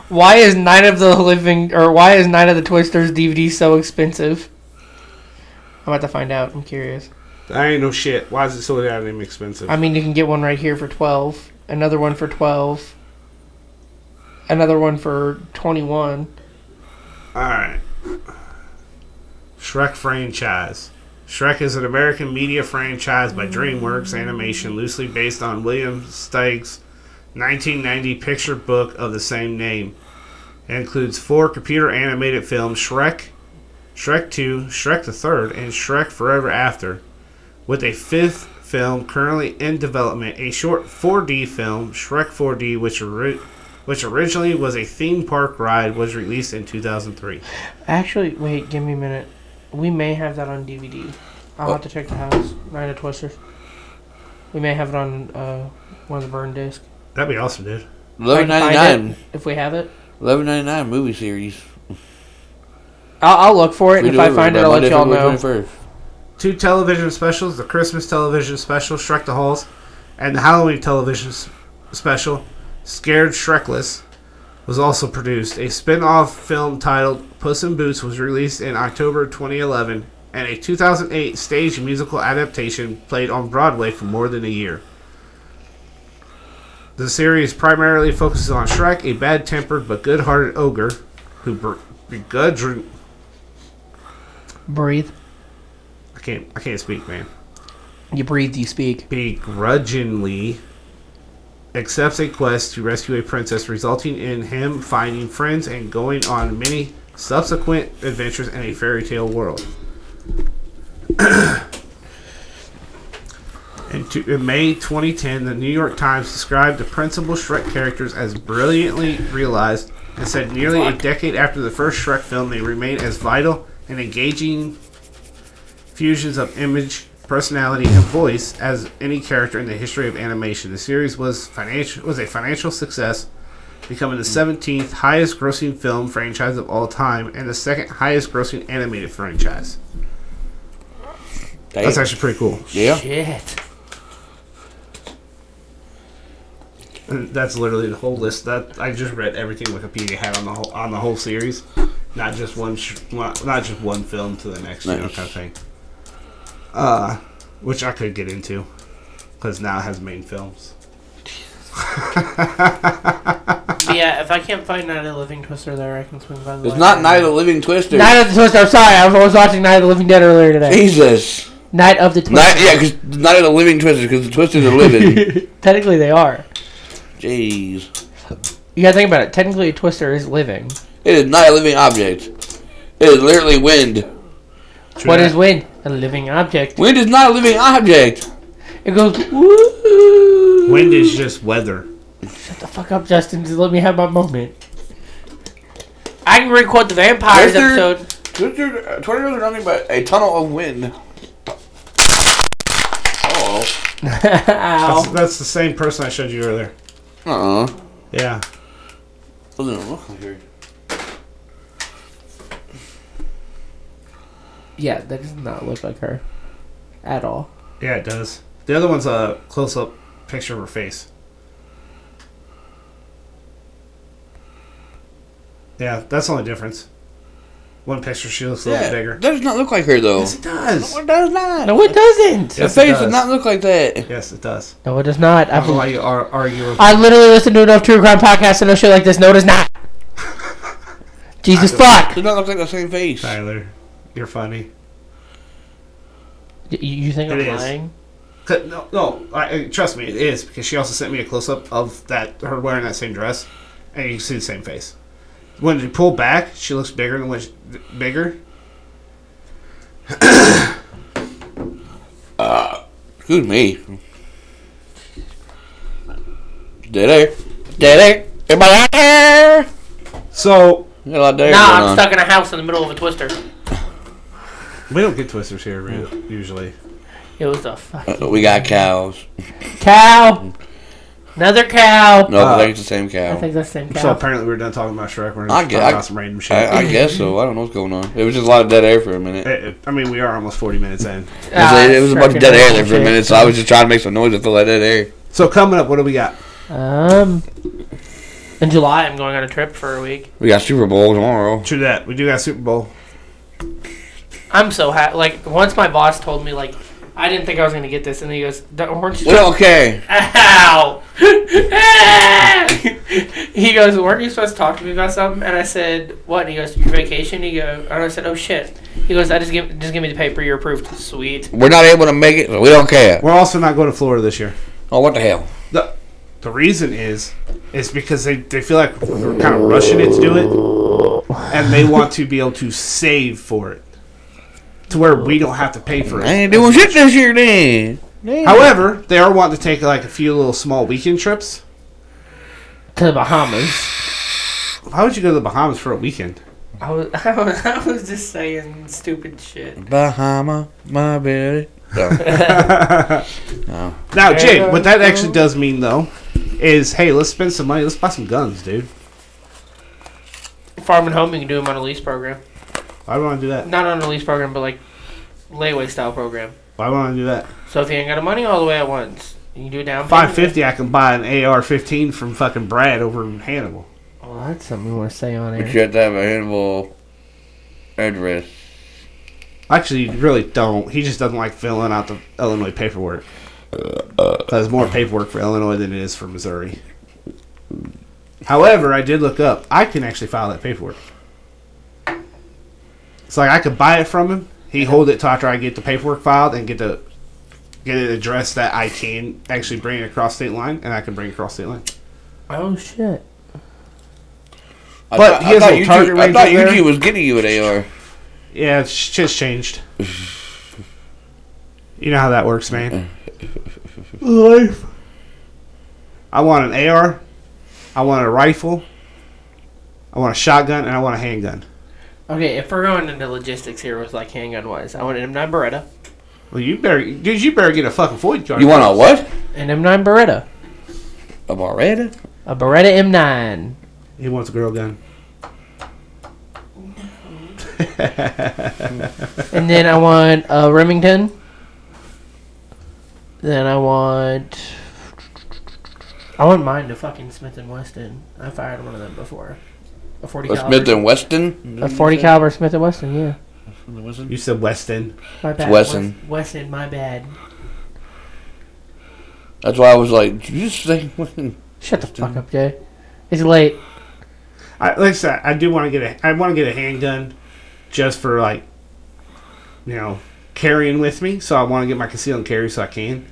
Speaker 3: Why is Night of the Living or why is Night of the Twisters DVD so expensive? I'm about to find out. I'm curious.
Speaker 1: I ain't no shit. Why is it so damn expensive?
Speaker 3: I mean, you can get one right here for 12, another one for 12, another one for 21.
Speaker 1: All right. Shrek franchise. Shrek is an American media franchise by DreamWorks Animation, loosely based on William Steig's 1990 picture book of the same name. It includes four computer animated films Shrek, Shrek 2, Shrek the Third, and Shrek Forever After, with a fifth film currently in development, a short 4D film, Shrek 4D, which, ori- which originally was a theme park ride, was released in 2003.
Speaker 3: Actually, wait, give me a minute. We may have that on DVD. I'll have to check the house. Night of Twisters. We may have it on uh, one of the burn discs.
Speaker 1: That'd be awesome, dude.
Speaker 5: Eleven
Speaker 3: If I can
Speaker 5: ninety nine.
Speaker 3: find it, If we have it.
Speaker 5: Eleven ninety nine movie series.
Speaker 3: I'll, I'll look for it, and if I
Speaker 5: Redelivered
Speaker 3: find it,
Speaker 5: by
Speaker 3: I'll let
Speaker 5: Monday,
Speaker 3: y'all
Speaker 5: February
Speaker 3: know.
Speaker 5: 21st.
Speaker 1: Two television specials the Christmas television special, Shrek the Halls, and the Halloween television s- special, Scared Shrekless, was also produced. A spin off film titled Puss in Boots was released in October 2011, and a 2008 stage musical adaptation played on Broadway for more than a year. The series primarily focuses on Shrek, a bad tempered but good hearted ogre who br- begrudgingly
Speaker 3: Breathe.
Speaker 1: I can't I can't speak, man.
Speaker 3: You breathe, you speak.
Speaker 1: Begrudgingly accepts a quest to rescue a princess, resulting in him finding friends and going on many subsequent adventures in a fairy tale world. In, two, in May 2010, the New York Times described the principal Shrek characters as brilliantly realized and said nearly a decade after the first Shrek film, they remain as vital and engaging fusions of image, personality, and voice as any character in the history of animation. The series was financial was a financial success, becoming the 17th highest-grossing film franchise of all time and the second highest-grossing animated franchise. That's
Speaker 5: Damn.
Speaker 1: actually pretty cool.
Speaker 5: Yeah.
Speaker 3: Shit.
Speaker 1: And That's literally the whole list. That I just read everything Wikipedia had on the whole on the whole series, not just one sh- not not just one film to the next, you know,
Speaker 5: Nice.
Speaker 1: kind of thing. Uh, which I could get into, because now it has main films.
Speaker 3: But yeah, if I can't find Night of the Living Twister there, I can swing by the
Speaker 5: It's
Speaker 3: library.
Speaker 5: not Night of the Living Twister.
Speaker 6: Night of the Twister. I'm sorry, I was watching Night of the Living Dead earlier today.
Speaker 5: Jesus.
Speaker 6: Night of the Twister.
Speaker 5: Night, yeah, because Night of the Living Twister, because the Twisters are living.
Speaker 6: Technically, they are.
Speaker 5: Jeez.
Speaker 6: You gotta think about it. Technically, a Twister is living.
Speaker 5: It is not a living object. It is literally wind.
Speaker 6: What is wind? A living object.
Speaker 5: Wind is not a living object.
Speaker 6: It goes. Woo!
Speaker 1: Wind is just weather.
Speaker 6: Shut the fuck up, Justin. Just let me have my moment.
Speaker 3: I can record the vampires
Speaker 5: Twister?
Speaker 3: episode.
Speaker 5: Twister, uh, tornadoes are nothing but a tunnel of wind. Oh.
Speaker 1: That's,
Speaker 6: Ow.
Speaker 1: that's the same person I showed you earlier.
Speaker 5: Uh-uh.
Speaker 1: Yeah.
Speaker 5: Doesn't it look like her?
Speaker 6: Yeah, that does not look like her at all.
Speaker 1: Yeah, it does. The other one's a close up picture of her face. Yeah, that's the only difference. One picture, she looks a little
Speaker 5: Yeah,
Speaker 1: bigger.
Speaker 5: that does not look like her, though.
Speaker 1: Yes, it does.
Speaker 5: It does not.
Speaker 6: No, it doesn't.
Speaker 5: The
Speaker 1: Yes, it
Speaker 5: face does
Speaker 1: does.
Speaker 5: not look like that.
Speaker 1: Yes, it does.
Speaker 6: No, it does not.
Speaker 1: I don't know
Speaker 6: I,
Speaker 1: why you are arguing.
Speaker 6: I literally listen to enough true crime podcasts and no shit like this. No, it does not. Jesus fuck.
Speaker 5: Does not look like the same face.
Speaker 1: Tyler, you're funny.
Speaker 6: Y- You think I'm
Speaker 1: It is.
Speaker 6: lying?
Speaker 1: C- No, no, I, I- trust me, it is because she also sent me a close up of that her wearing that same dress, and you can see the same face. When you pull back, she looks bigger than when she, bigger.
Speaker 5: Excuse me. Dead air. Dead air. Everybody out there?
Speaker 1: So
Speaker 5: Got a lot of dead air
Speaker 3: Nah,
Speaker 5: going
Speaker 3: I'm
Speaker 5: on.
Speaker 3: stuck in a house in the middle of a twister.
Speaker 1: we don't get twisters here re- usually.
Speaker 3: It was a fuck.
Speaker 5: Uh, We got cows.
Speaker 3: Mm.
Speaker 6: Cow.
Speaker 3: Another cow.
Speaker 5: No,
Speaker 1: Uh,
Speaker 5: I think it's the same
Speaker 3: I
Speaker 5: cow. I,
Speaker 3: think that's the same
Speaker 1: So
Speaker 3: cow.
Speaker 1: apparently we're done talking about Shrek. We're
Speaker 5: I
Speaker 1: gonna talk
Speaker 5: get- I-
Speaker 1: about some random shit.
Speaker 5: I, guess so. I don't know what's going on. It was just a lot of dead air for a minute.
Speaker 1: I,
Speaker 5: It
Speaker 1: eh, I mean, we are almost forty minutes in.
Speaker 5: was,
Speaker 6: Ah,
Speaker 5: a, it was a bunch
Speaker 6: Shrek
Speaker 5: of dead
Speaker 6: and
Speaker 5: air there for a
Speaker 6: Shit.
Speaker 5: minute, so I was just trying to make some noise to fill that dead air.
Speaker 1: So coming up, what do we got?
Speaker 6: Um,
Speaker 3: In July, I'm going on a trip for a week.
Speaker 5: We got Super Bowl tomorrow.
Speaker 1: True that. We do got Super Bowl.
Speaker 3: I'm so happy. Like once my boss told me, like I didn't think I was gonna get this, and he goes, "The orange."
Speaker 5: We don't care.
Speaker 3: Ow! he goes, "Weren't you supposed to talk to me about something?" And I said, "What?" And he goes, "Your vacation." He goes, and I said, "Oh shit." He goes, "I just give, just give me the paper. You're approved." Sweet.
Speaker 5: We're not able to make it, so we don't care.
Speaker 1: We're also not going to Florida this year.
Speaker 5: Oh, what the hell?
Speaker 1: The the reason is is because they, they feel like we're kind of rushing it to do it, and they want to be able to save for it to where we don't have to pay for
Speaker 5: I
Speaker 1: it.
Speaker 5: ain't doing shit this year then.
Speaker 1: However, they are wanting to take like a few little small weekend trips.
Speaker 6: to the Bahamas.
Speaker 1: Why would you go to the Bahamas for a weekend?
Speaker 3: I was, I was, I was just saying stupid shit.
Speaker 5: Bahama, my baby. No.
Speaker 1: Now, Jake, what that actually does mean though is hey, let's spend some money. Let's buy some guns, dude.
Speaker 3: Farm and home, you can do them on a lease program.
Speaker 1: Why would I want to do that?
Speaker 3: Not on a lease program, but like layaway style program.
Speaker 1: Why would I want to do that?
Speaker 3: So if you ain't got the money all the way at once, you can do a down payment.
Speaker 1: Five fifty, I can buy an AR fifteen from fucking Brad over in Hannibal.
Speaker 6: Well, Oh, that's something we want to say on
Speaker 5: But
Speaker 6: air.
Speaker 5: you have to have a handful address.
Speaker 1: Actually, you really don't. He just doesn't like filling out the Illinois paperwork. There's more paperwork for Illinois than it is for Missouri. However, I did look up. I can actually file that paperwork. It's like I could buy it from him. He hold it till after I get the paperwork filed and get the get it addressed that I can actually bring it across state line, and I can bring it across state line.
Speaker 6: Oh shit.
Speaker 5: I
Speaker 1: But
Speaker 5: thought-
Speaker 1: he has a
Speaker 5: I thought
Speaker 1: little target
Speaker 5: I
Speaker 1: range
Speaker 5: thought
Speaker 1: up there.
Speaker 5: Yuki was getting you an AR.
Speaker 1: Yeah, it's just changed. you know how that works, man. Life. I want an AR. I want a rifle. I want a shotgun, and I want a handgun.
Speaker 3: Okay, if we're going into logistics here with like handgun wise, I want an M9 Beretta.
Speaker 1: Well, you better, dude. You better get a fucking void card.
Speaker 5: You want a what?
Speaker 6: An M9 Beretta.
Speaker 5: A Beretta?
Speaker 6: A Beretta M9.
Speaker 1: He wants a girl gun.
Speaker 6: And then I want a Remington. Then I want. I want mine to fucking Smith and Wesson. I fired one of them before. A forty
Speaker 5: A
Speaker 6: caliber.
Speaker 5: Smith and Weston?
Speaker 6: a forty caliber Smith and Wesson. Yeah.
Speaker 1: You said Weston.
Speaker 6: My bad.
Speaker 5: Wesson.
Speaker 6: Wes- Wesson. My bad.
Speaker 5: That's why I was like, did you just say Weston?
Speaker 6: Shut the fuck up, Jay. It's late.
Speaker 1: I, like I said, I do want to get a. I want to get a handgun, just for like, you know, carrying with me. So I want to get my concealed carry so I can,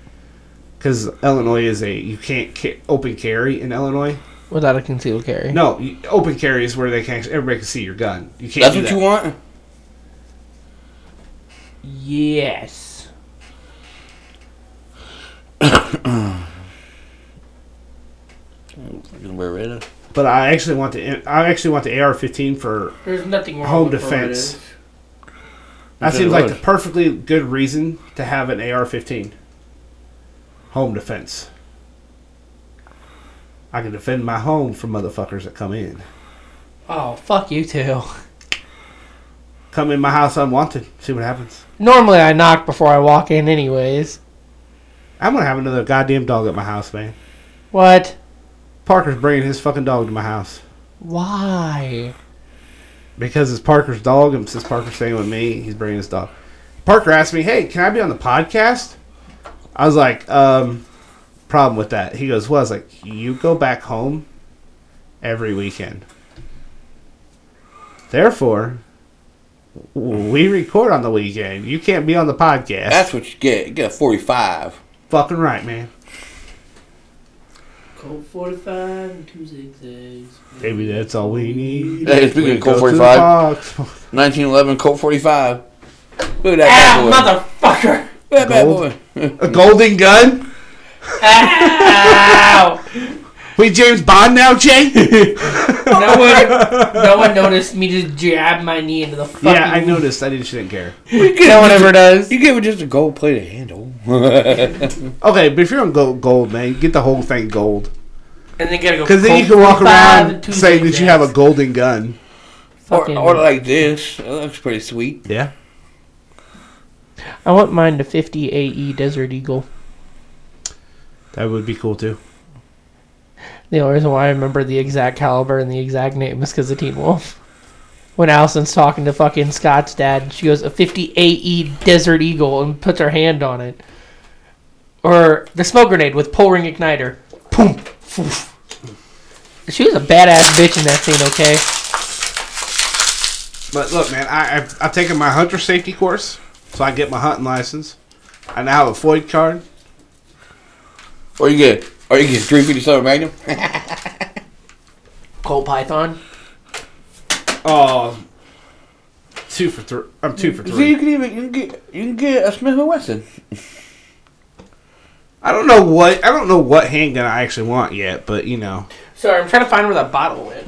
Speaker 1: because Illinois is a you can't ca- open carry in Illinois.
Speaker 6: Without a concealed carry.
Speaker 1: No, you, open carry is where they can everybody can see your gun. You can't.
Speaker 5: That's
Speaker 1: do
Speaker 5: what
Speaker 1: that.
Speaker 5: you want?
Speaker 3: Yes.
Speaker 5: Fucking Beretta.
Speaker 1: But I actually want the. I actually want the AR-15 for.
Speaker 3: There's nothing wrong
Speaker 1: Home
Speaker 3: with
Speaker 1: defense.
Speaker 3: Berettas.
Speaker 1: That
Speaker 5: said
Speaker 1: seems
Speaker 5: it
Speaker 1: like
Speaker 5: was.
Speaker 1: the perfectly good reason to have an AR-15. Home defense. I can defend my home from motherfuckers that come in.
Speaker 3: Oh, fuck you too.
Speaker 1: Come in my house unwanted. See what happens.
Speaker 6: Normally I knock before I walk in anyways.
Speaker 1: I'm gonna have another goddamn dog at my house, man.
Speaker 6: What?
Speaker 1: Parker's bringing his fucking dog to my house
Speaker 6: Why?
Speaker 1: because it's Parker's dog, and since Parker's staying with me, he's bringing his dog. Parker asked me, "Hey, can I be on the podcast?" I was like, um, "Problem with that?" He goes, "Well," I was like, "You go back home every weekend. Therefore, w- we record on the weekend. You can't be on the podcast."
Speaker 5: That's what you get. You get a 45.
Speaker 1: fucking right, man.
Speaker 3: Cold 45, two zigzags.
Speaker 1: Maybe that's all we need.
Speaker 5: Hey, speaking
Speaker 1: We
Speaker 5: of Colt
Speaker 1: go to the
Speaker 5: 45,
Speaker 1: box.
Speaker 5: 1911 Colt 45. Look at that bad boy.
Speaker 3: Ah, motherfucker!
Speaker 5: Look at that bad
Speaker 1: Gold.
Speaker 5: boy.
Speaker 1: A golden gun?
Speaker 3: Ow!
Speaker 1: We James Bond now, Jay?
Speaker 3: No one, no one noticed me just jab my knee into the fucking.
Speaker 1: yeah, I noticed. I didn't, she didn't care.
Speaker 6: No one ever does.
Speaker 5: You give it just a gold plated handle.
Speaker 1: Okay, but if you're on gold, gold, man, get the whole thing gold.
Speaker 3: And then gotta go.
Speaker 1: Because then you can
Speaker 3: cold
Speaker 1: walk
Speaker 3: 45
Speaker 1: around
Speaker 3: and two
Speaker 1: saying that you have a
Speaker 3: zigzags.
Speaker 1: golden gun.
Speaker 5: or,
Speaker 6: Fucking-
Speaker 5: or like this. It looks pretty sweet.
Speaker 1: Yeah.
Speaker 6: I want mine to 50 AE Desert Eagle.
Speaker 1: That would be cool, too.
Speaker 6: The only reason why I remember the exact caliber and the exact name is because of Teen Wolf. When Allison's talking to fucking Scott's dad, she goes, a 50 AE Desert Eagle, and puts her hand on it. Or the smoke grenade with pole ring igniter. Boom! Foof. She was a badass bitch in that scene, okay?
Speaker 1: But look, man, I, I've, I've taken my hunter safety course, so I get my hunting license. I now have a Floyd card.
Speaker 5: Or you get or you get 357 Magnum.
Speaker 3: Cold Python.
Speaker 1: Oh, two for three. I'm two for
Speaker 5: See,
Speaker 1: three.
Speaker 5: you can even you can get you can get a Smith and Wesson.
Speaker 1: I don't know what I don't know what handgun I actually want yet, but you know,
Speaker 3: Sorry, I'm trying to find where that bottle went.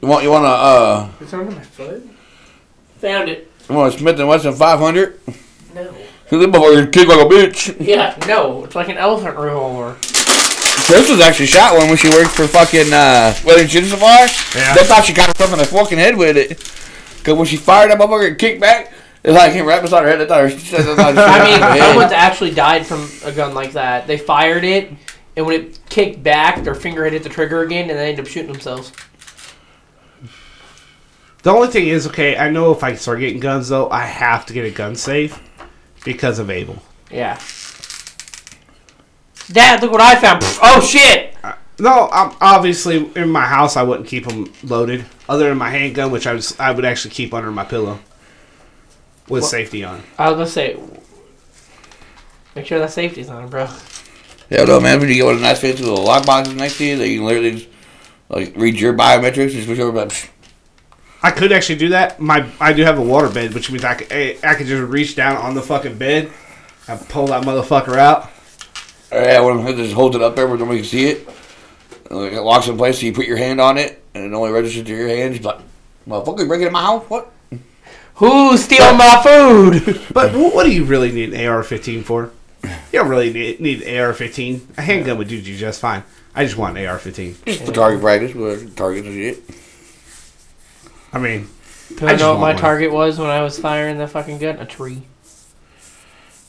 Speaker 5: You want you want a uh
Speaker 3: Is it under my foot? Found it.
Speaker 5: you want a Smith and Wesson 500?
Speaker 3: No.
Speaker 5: This motherfucker kick like a bitch.
Speaker 3: Yeah, no. It's like an elephant revolver.
Speaker 5: Crystal's actually shot one when she worked for fucking uh Wellington Safari.
Speaker 1: Yeah.
Speaker 5: They thought she got herself in the fucking head with it. Cause when she fired that motherfucker and kicked back, it like came right beside her head. They thought her. they thought she
Speaker 3: I mean,
Speaker 5: shot her
Speaker 3: no
Speaker 5: head.
Speaker 3: one's actually died from a gun like that. They fired it, and when it kicked back, their finger hit the trigger again, and they ended up shooting themselves.
Speaker 1: The only thing is, okay, I know if I start getting guns though, I have to get a gun safe because of Abel.
Speaker 3: Yeah. Dad, look what I found. Pfft, Oh shit!
Speaker 1: No, i obviously in my house I wouldn't keep them loaded, other than my handgun, which I was I would actually keep under my pillow with safety on.
Speaker 3: I was gonna say, make sure that safety's on, bro.
Speaker 5: Yeah, no, man. If you get one of the nice fits with a lockbox is next to you, that you can literally just like read your biometrics and just push over. Like, psh,
Speaker 1: I could actually do that. My I do have a water bed, which means I could I, I could just reach down on the fucking bed and pull that motherfucker out.
Speaker 5: all right, what I'm gonna do is hold it up there where nobody can see it. And, like, it locks in place, so you put your hand on it, and it only registers to your hand. Just like, motherfucker, you breaking into my house? What?
Speaker 3: Who steal my food?
Speaker 1: But wh- what do you really need an AR-15 for? You don't really need, need an AR-15. A handgun would do you just fine. I just want an AR-15.
Speaker 5: Just for target practice, whatever, targets and shit.
Speaker 1: I mean,
Speaker 3: Do I,
Speaker 1: just
Speaker 3: know
Speaker 1: want
Speaker 3: what my
Speaker 1: one.
Speaker 3: target was when I was firing the fucking gun? A tree.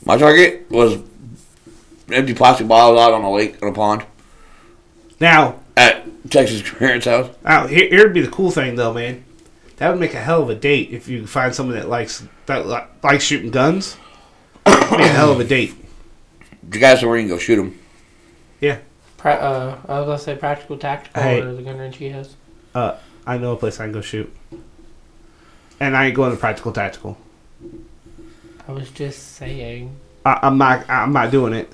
Speaker 5: My target was empty plastic bottles out on a lake on a pond
Speaker 1: now
Speaker 5: at Texas parents' house.
Speaker 1: Oh, here, here'd be the cool thing though, man. That would make a hell of a date if you find someone that likes that li- likes shooting guns. It'd be a hell of a date.
Speaker 5: You guys know where you can go shoot them.
Speaker 1: Yeah,
Speaker 3: Pra- uh, I was gonna say practical tactical
Speaker 1: Hey.
Speaker 3: or the gunner and Cheetos.
Speaker 1: Uh, I know a place I can go shoot. And I ain't going to practical tactical.
Speaker 3: I was just saying.
Speaker 1: I, I'm not. I'm not doing it.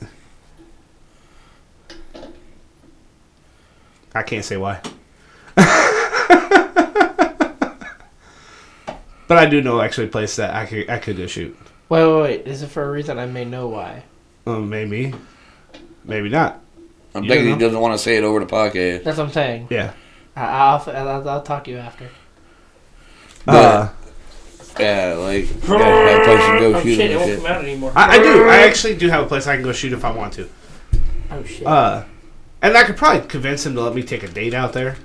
Speaker 1: I can't say why. but I do know actually a place that I could I could go shoot.
Speaker 3: Wait, wait, wait. Is it for a reason I may know why?
Speaker 1: Um, maybe, maybe not.
Speaker 5: I'm
Speaker 1: You
Speaker 5: thinking
Speaker 1: know.
Speaker 5: he doesn't want to say it over the podcast.
Speaker 3: That's what I'm saying.
Speaker 1: Yeah.
Speaker 3: I, I'll, I'll, I'll talk to you after.
Speaker 1: Uh,
Speaker 5: Yeah, like gotta have a place to go
Speaker 3: Oh
Speaker 5: shoot
Speaker 3: shit! It
Speaker 5: him
Speaker 3: won't
Speaker 5: and
Speaker 3: come
Speaker 5: shit.
Speaker 3: out anymore.
Speaker 1: I, I do. I actually do have a place I can go shoot if I want to.
Speaker 3: Oh shit!
Speaker 1: Uh, and I could probably convince him to let me take a date out there.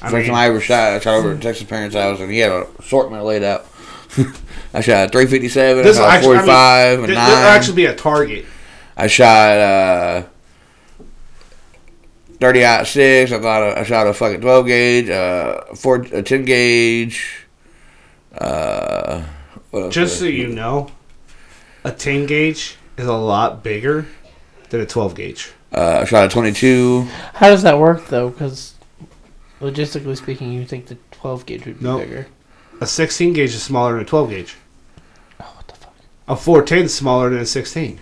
Speaker 1: I Hmm.
Speaker 5: First time I ever shot, I shot over at Texas parents' house, and he had an assortment laid out. I shot a 357, I
Speaker 1: This will
Speaker 5: shot a
Speaker 1: actually,
Speaker 5: 45,
Speaker 1: I mean,
Speaker 5: and
Speaker 1: th-
Speaker 5: nine.
Speaker 1: This will actually be a target.
Speaker 5: I shot uh, 30 out six. I got a, I shot a fucking 12 gauge, uh, four, a 10 gauge. Uh, what else
Speaker 1: Just
Speaker 5: did
Speaker 1: so
Speaker 5: I
Speaker 1: you
Speaker 5: shoot?
Speaker 1: know, a 10 gauge is a lot bigger than a 12 gauge.
Speaker 5: uh, I shot a 22.
Speaker 6: How does that work though? Because logistically speaking, you think the 12 gauge would be
Speaker 1: Nope.
Speaker 6: bigger.
Speaker 1: A 16 gauge is smaller than a 12 gauge. Oh, what the fuck? A 410 is smaller than a 16.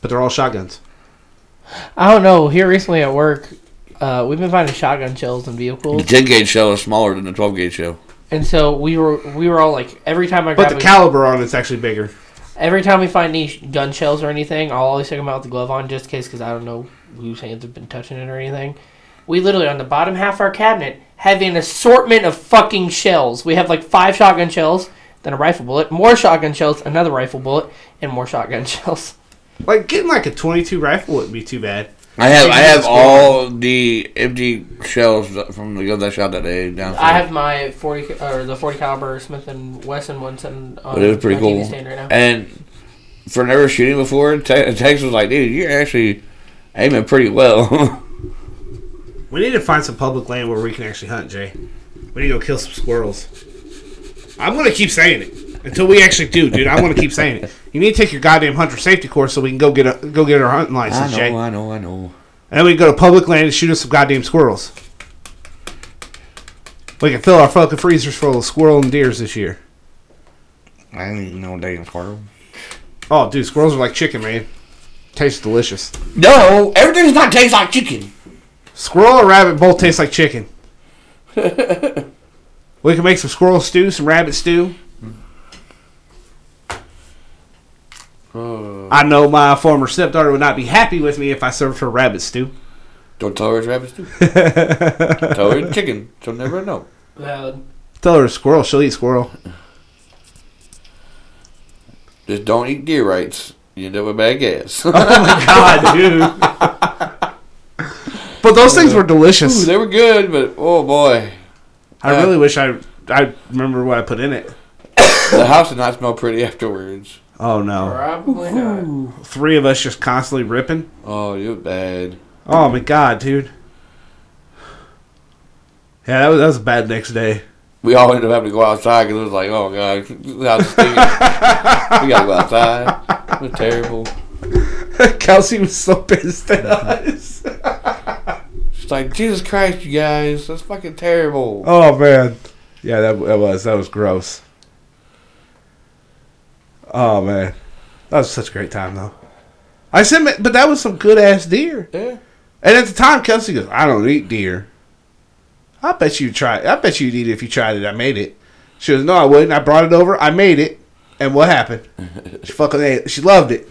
Speaker 1: But they're all shotguns.
Speaker 6: I don't know. Here recently at work, uh, we've been finding shotgun shells in
Speaker 5: The
Speaker 1: Oh.
Speaker 6: vehicles,
Speaker 5: 10 gauge shell is smaller than the 12 gauge shell.
Speaker 6: and so we were we were all like, every time I
Speaker 1: But
Speaker 6: grab
Speaker 1: the
Speaker 6: a-
Speaker 1: caliber on it's actually bigger.
Speaker 6: every time we find any sh- gun shells or anything, I'll always take them out with the glove on just in case, because I don't know whose hands have been touching it or anything. We literally on the bottom half of our cabinet have an assortment of fucking shells. We have like five shotgun shells, then a rifle bullet, more shotgun shells, another rifle bullet, and more shotgun shells.
Speaker 1: Like, getting like a 22 rifle wouldn't be too bad.
Speaker 5: I have
Speaker 1: Yeah,
Speaker 5: I have
Speaker 1: it's
Speaker 5: all the empty shells that- from the guns I shot that day down.
Speaker 3: I have my forty ca- or the forty caliber Smith and Wesson one sitting on
Speaker 5: But it was pretty
Speaker 3: my TV
Speaker 5: cool.
Speaker 3: stand right now.
Speaker 5: And for never shooting before, Te- Texas was like, dude, you're actually aiming pretty well.
Speaker 1: We need to find some public land where we can actually hunt, Jay. We need to go kill some squirrels. I'm gonna keep saying it until we actually do, dude. I'm gonna keep saying it. You need to take your goddamn hunter safety course so we can go get a go get our hunting
Speaker 5: I
Speaker 1: license, Jay.
Speaker 5: know, I know, I know.
Speaker 1: And then we can go to public land and shoot us some goddamn squirrels. We can fill our fucking freezers full of squirrel and deers this year.
Speaker 5: I don't even know damn squirrel.
Speaker 1: Oh, dude, squirrels are like chicken, man. Tastes delicious.
Speaker 5: No, everything does not taste like chicken.
Speaker 1: Squirrel or rabbit both taste like chicken. we can make some squirrel stew, some rabbit stew. I know my former stepdaughter would not be happy with me if I served her rabbit stew.
Speaker 5: Don't tell her it's rabbit stew. tell her it's chicken. She'll never know.
Speaker 3: Valid.
Speaker 1: Tell her squirrel, she'll eat squirrel.
Speaker 5: Just don't eat deer rights. You end up with bad gas.
Speaker 1: God, dude. but those things were delicious.
Speaker 5: they were good, but oh boy.
Speaker 1: I really wish I I remember what I put in it.
Speaker 5: The house did not smell pretty afterwards.
Speaker 1: Oh
Speaker 6: Uh,
Speaker 1: no.
Speaker 3: Probably not.
Speaker 1: Three of us just constantly ripping.
Speaker 5: Oh, you're bad.
Speaker 1: Oh my god, dude. Yeah, that was, that was a bad next day.
Speaker 5: we all ended up having to go outside because it was like, oh god, the house is stinking. we gotta go outside. It was terrible.
Speaker 1: Kelsey was so pissed at us.
Speaker 5: It's like Jesus Christ, you guys, that's fucking terrible.
Speaker 1: Oh man, yeah, that, that was that was gross. Oh man, that was such a great time though. I said, "Ma- but that was some good ass deer.
Speaker 5: Yeah.
Speaker 1: And at the time, Kelsey goes, "I don't eat deer." I bet you try. I bet you'd eat it if you tried it. I made it. She goes, "No, I wouldn't. I brought it over. I made it." And what happened? She fucking ate. It. She loved it.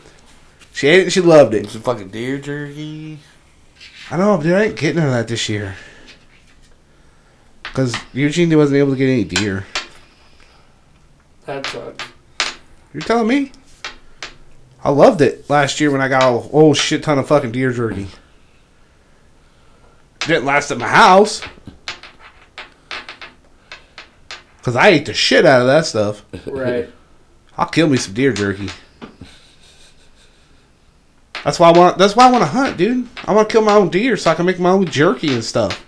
Speaker 1: She ate it. and She loved it.
Speaker 5: It's a fucking deer jerky.
Speaker 1: I know, dude. I ain't getting none of that this year. Cause Eugene wasn't able to get any deer.
Speaker 3: That sucks.
Speaker 1: You're telling me? I loved it last year when I got a whole shit ton of fucking deer jerky. Didn't last at my house. Cause I ate the shit out of that stuff.
Speaker 3: Right.
Speaker 1: I'll kill me some deer jerky. That's why I want. That's why I want to hunt, dude. I want to kill my own deer so I can make my own jerky and stuff.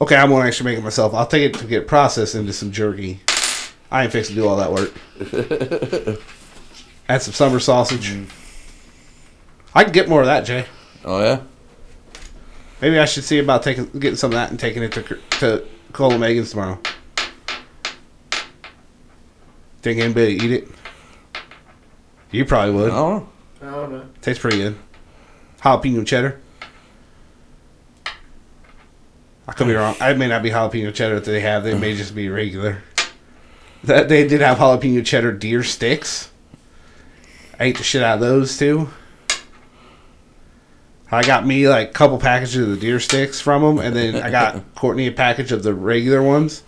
Speaker 1: Okay, I won't actually make it myself. I'll take it to get processed into some jerky. I ain't fixing to do all that work. Add some summer sausage. I can get more of that, Jay.
Speaker 5: Oh yeah.
Speaker 1: Maybe I should see about taking getting some of that and taking it to to Cole and Megan's tomorrow. Think anybody would eat it? You probably would.
Speaker 5: I don't know.
Speaker 3: I don't know.
Speaker 1: Tastes pretty good. Jalapeno cheddar. I could be wrong. I may not be jalapeno cheddar that they have. They may just be regular. That they did have jalapeno cheddar deer sticks. I ate the shit out of those too. I got me like a couple packages of the deer sticks from them, and then I got Courtney a package of the regular ones,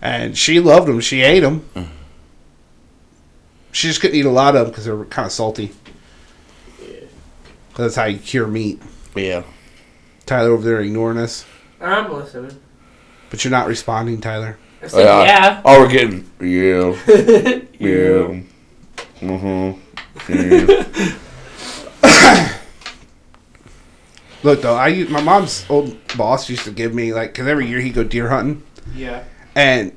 Speaker 1: and she loved them. She ate them. She just couldn't eat a lot of them because they were kind of salty. That's how you cure meat.
Speaker 5: Yeah.
Speaker 1: Tyler over there ignoring us,
Speaker 3: I'm listening.
Speaker 1: but you're not responding, Tyler.
Speaker 3: I said, yeah.
Speaker 5: Oh, we're getting yeah, yeah, mm-hmm. Yeah.
Speaker 1: Look though, I u- my mom's old boss used to give me like because every year he'd go deer hunting
Speaker 3: Yeah.
Speaker 1: and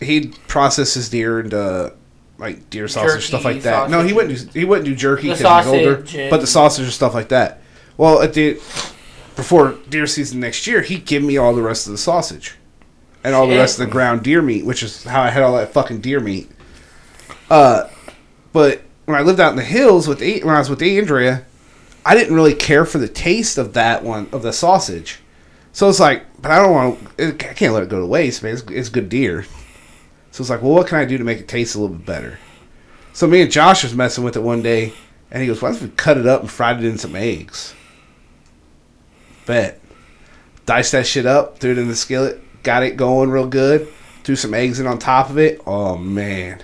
Speaker 1: he'd process his deer into like deer sausage
Speaker 3: Jerky,
Speaker 1: stuff like that. No, he
Speaker 3: sausage.
Speaker 1: wouldn't do he wouldn't do jerky
Speaker 3: The
Speaker 1: because he's older,
Speaker 3: sausage and-
Speaker 1: but the sausage and stuff like that. Well, at the before deer season next year, he'd give me all the rest of the sausage and all the
Speaker 3: Shit.
Speaker 1: rest of the ground deer meat, which is how I had all that fucking deer meat. Uh, but when I lived out in the hills with A- when I was with Andrea, I didn't really care for the taste of that one of the sausage. So it's like, but I don't want to. I can't let it go to waste, man. It's, it's good deer. So it's like, well, what can I do to make it taste a little bit better? So me and Josh was messing with it one day, and he goes, "Why don't we cut it up and fried it in some eggs?" Bet. Diced that shit up, threw it in the skillet, got it going real good, threw some eggs in on top of it. Oh man.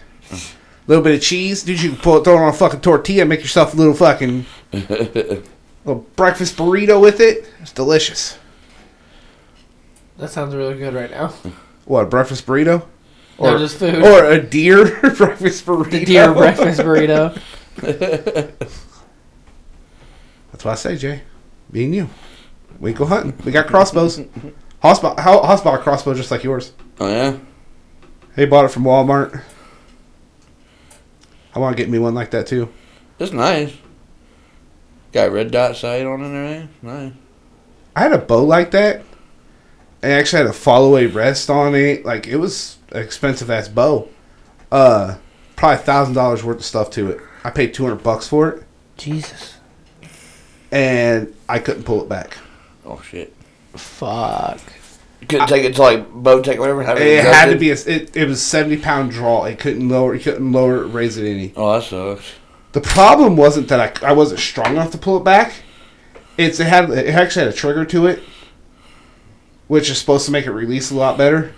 Speaker 1: little bit of cheese, dude. You can pull it, throw it on a fucking tortilla, and make yourself a little fucking little breakfast burrito with it. It's delicious.
Speaker 3: That sounds really good right now.
Speaker 1: What a breakfast burrito?
Speaker 3: Or
Speaker 1: Or-
Speaker 3: just food.
Speaker 1: Or a deer breakfast burrito?
Speaker 6: The deer breakfast burrito.
Speaker 1: That's what I say, Jay. Me and you. We go hunting. We got crossbows. Hoss bought, how, Hoss bought a crossbow just like yours.
Speaker 5: Oh yeah.
Speaker 1: He bought it from Walmart. I want to get me one like that too.
Speaker 5: That's nice. Got red dot sight on it and everything. Nice.
Speaker 1: I had a bow like that. I actually had a follow away rest on it. Like it was an expensive ass bow. Uh, probably thousand dollars worth of stuff to it. I paid two hundred bucks for it,
Speaker 6: Jesus.
Speaker 1: and I couldn't pull it back.
Speaker 5: Oh shit.
Speaker 6: Fuck.
Speaker 5: You couldn't take it to like bow tech or whatever. have
Speaker 1: It had to
Speaker 5: adjusted?
Speaker 1: be a, it. It was seventy pound draw. It couldn't lower. It couldn't lower. it, Raise it any.
Speaker 5: Oh, that sucks.
Speaker 1: The problem wasn't that I, I wasn't strong enough to pull it back. It's it had it actually had a trigger to it, which is supposed to make it release a lot better.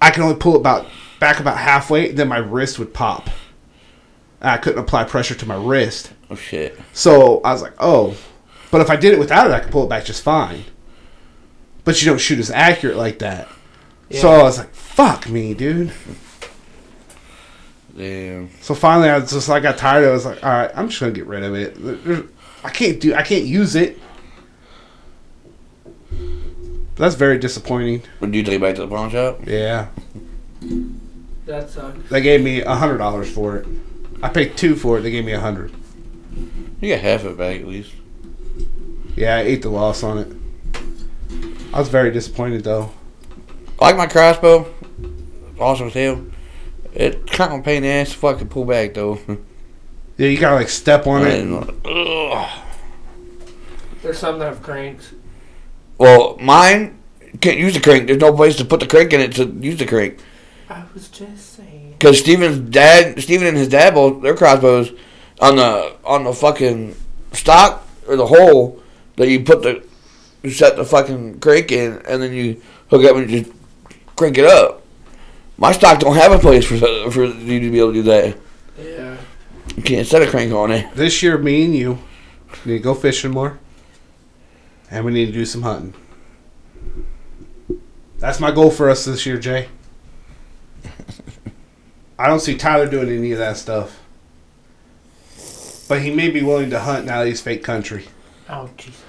Speaker 1: I could only pull it about back about halfway, then my wrist would pop. And I couldn't apply pressure to my wrist,
Speaker 5: Oh shit.
Speaker 1: so I was like, "Oh," but if I did it without it, I could pull it back just fine. But you don't shoot as accurate like that, so I was like, "Fuck me, dude."
Speaker 5: Damn.
Speaker 1: So finally, I was just like, I got tired. of it. I was like, all right, I'm just gonna get rid of it. There's- I can't do, I can't use it. That's very disappointing.
Speaker 5: Would you take it back to the pawn shop?
Speaker 1: Yeah,
Speaker 3: That sucks.
Speaker 1: they gave me a hundred dollars for it. I paid two for it. They gave me a hundred.
Speaker 5: You got half it back at least.
Speaker 1: Yeah, I ate the loss on it. I was very disappointed though.
Speaker 5: like my crossbow, awesome as hell. It's kind of a pain in the ass if I could pull back though.
Speaker 1: Yeah, you gotta like step on it.
Speaker 5: And, ugh.
Speaker 3: There's some that have cranks.
Speaker 5: well, mine can't use the crank. There's no place to put the crank in it to use the crank.
Speaker 3: I was just saying.
Speaker 5: Cause Steven's dad, Steven and his dad both their crossbows on the on the fucking stock or the hole that you put the you set the fucking crank in and then you hook up and just crank it up. My stock don't have a place for for you to be able to do that.
Speaker 3: Yeah.
Speaker 5: You can't set a crank on it.
Speaker 1: This year, me and you need to go fishing more, and we need to do some hunting. That's my goal for us this year, Jay. I don't see Tyler doing any of that stuff, but he may be willing to hunt now that he's fake country.
Speaker 3: Oh, Jesus.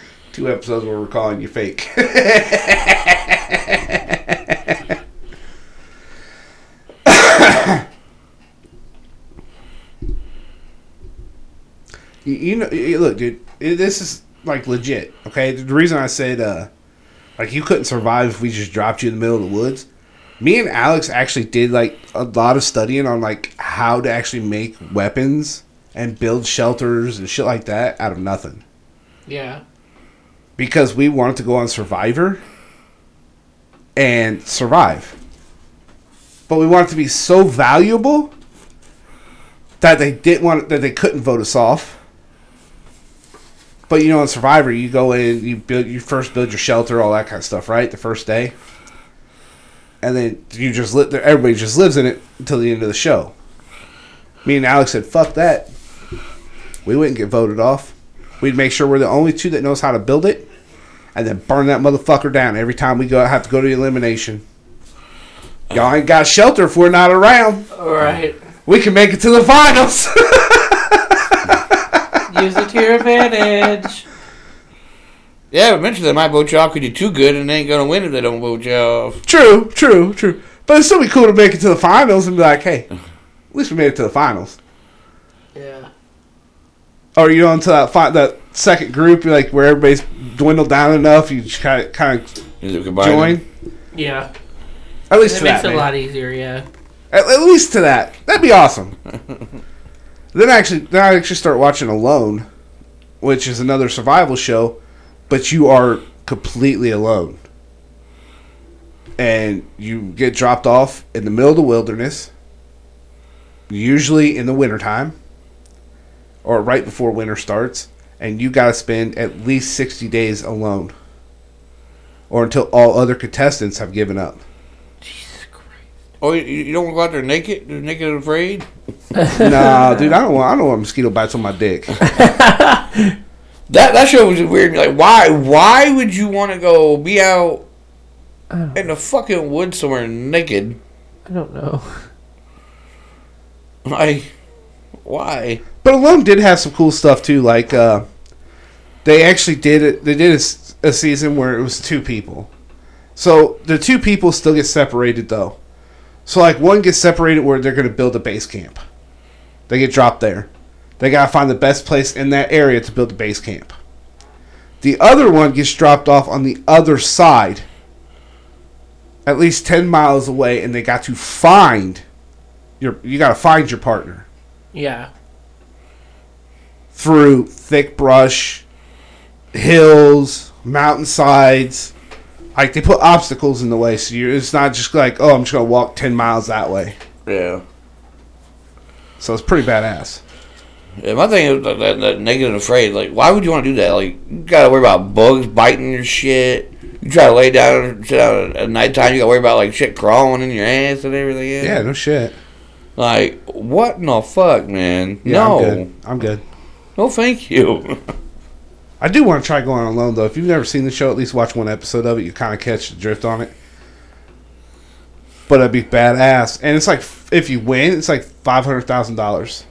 Speaker 1: Two episodes where we're calling you fake. You, you know, you- look, dude, it, this is like legit. Okay, the reason I said uh, like you couldn't survive if we just dropped you in the middle of the woods. Me and Alex actually did like a lot of studying on like how to actually make weapons and build shelters and shit like that out of nothing
Speaker 3: Yeah.
Speaker 1: because we wanted to go on Survivor and survive. But we wanted to be so valuable that they didn't want that they couldn't vote us off. But you know, in Survivor, you go in, you build, you first build your shelter, all that kind of stuff, right? The first day, and then you just live there. Everybody just lives in it until the end of the show. Me and Alex said, "Fuck that." We wouldn't get voted off. We'd make sure we're the only two that knows how to build it, and then burn that motherfucker down every time we go have to go to the elimination. Y'all ain't got shelter if we're not around.
Speaker 3: All right.
Speaker 1: We can make it to the finals.
Speaker 3: Use it to your advantage.
Speaker 5: Yeah, but eventually they might vote you off because you're too good and they ain't gonna win if they don't vote you off.
Speaker 1: true, true, true. But it'd still be cool to make it to the finals and be like, hey, at least we made it to the finals.
Speaker 3: Yeah.
Speaker 1: Or you know, until that fi- that second group, you're like where everybody's dwindled down enough, you just kind of kind of
Speaker 5: Is it combined?
Speaker 1: join.
Speaker 3: Yeah.
Speaker 1: At least
Speaker 3: It
Speaker 1: to that,
Speaker 3: makes it a
Speaker 1: man.
Speaker 3: lot easier. Yeah.
Speaker 1: At, at least to that. That'd be awesome. then I actually, then I actually start watching Alone, which is another survival show, but you are completely alone, and you get dropped off in the middle of the wilderness, usually in the wintertime, or right before winter starts, and you got to spend at least sixty days alone, or until all other contestants have given up.
Speaker 5: Oh, you, you don't want to go out there naked? You're naked and afraid?
Speaker 1: nah, dude, I don't want. I don't want mosquito bites on my dick.
Speaker 5: That that show was weird. Like, why why would you want to go be out in the fucking woods somewhere naked?
Speaker 6: I don't know.
Speaker 5: Like, why?
Speaker 1: But Alone did have some cool stuff too. Like uh, they actually did it. They did a, s- a season where it was two people. So the two people still get separated though. So like one gets separated where they're going to build a base camp. They get dropped there. They got to find the best place in that area to build a base camp. The other one gets dropped off on the other side, at least ten miles away, and they got to find your. You got to find your partner
Speaker 3: Yeah.
Speaker 1: through thick brush, hills, mountainsides. Like they put obstacles in the way, so you're, it's not just like, oh, I'm just gonna walk ten miles that way.
Speaker 5: Yeah.
Speaker 1: So it's pretty badass.
Speaker 5: Yeah, my thing is that, that, that naked and afraid. Like, why would you want to do that? Like, you gotta worry about bugs biting your shit. You try to lay down and sit down at nighttime. You gotta worry about like shit crawling in your ass and everything. Else.
Speaker 1: Yeah, no shit.
Speaker 5: Like, what in the fuck, man?
Speaker 1: Yeah,
Speaker 5: no,
Speaker 1: I'm good. I'm good.
Speaker 5: no, thank you.
Speaker 1: I do want to try going on alone though. If you've never seen the show, at least watch one episode of it. You kind of catch the drift on it. But that'd be badass, and it's like if you win, it's like five hundred thousand dollars.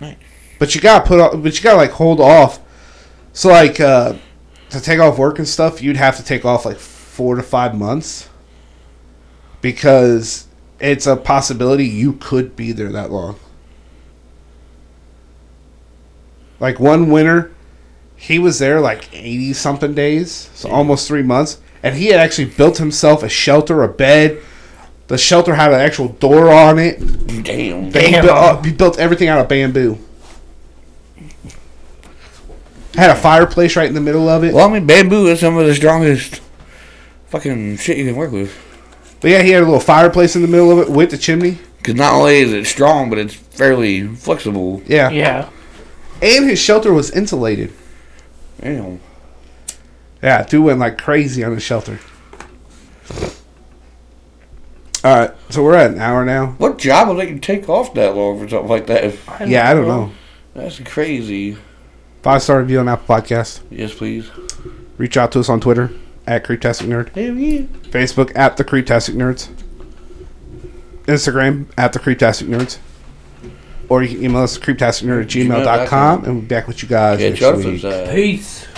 Speaker 5: Nice.
Speaker 1: But you gotta put, off, but you gotta like hold off. So like uh, to take off work and stuff, you'd have to take off like four to five months because it's a possibility you could be there that long. Like one winter, he was there like 80 something days, so almost three months. And he had actually built himself a shelter, a bed. The shelter had an actual door on it.
Speaker 5: Damn.
Speaker 1: He
Speaker 3: Damn.
Speaker 1: built, uh, he built everything out of bamboo. Had a fireplace right in the middle of it.
Speaker 5: Well, I mean, bamboo is some of the strongest fucking shit you can work with.
Speaker 1: But yeah, he had a little fireplace in the middle of it with the chimney.
Speaker 5: Because not only is it strong, but it's fairly flexible.
Speaker 1: Yeah.
Speaker 3: Yeah.
Speaker 1: And his shelter was insulated.
Speaker 5: Damn.
Speaker 1: Yeah, dude went like crazy on his shelter. All right, so we're at an hour now.
Speaker 5: What job would let you take off that long for something like that?
Speaker 1: Yeah, I don't know.
Speaker 5: That's crazy.
Speaker 1: Five star review on Apple Podcast.
Speaker 5: Yes, please.
Speaker 1: Reach out to us on Twitter at Creeptastic Nerd,
Speaker 5: Hell yeah.
Speaker 1: Facebook at the Creeptastic Nerds, Instagram at the Creeptastic Nerds, or you can email us creeptasticnerd at gmail.com and we'll be back with you guys
Speaker 5: Catch
Speaker 1: next
Speaker 5: up with
Speaker 1: week.
Speaker 5: that.
Speaker 3: Peace.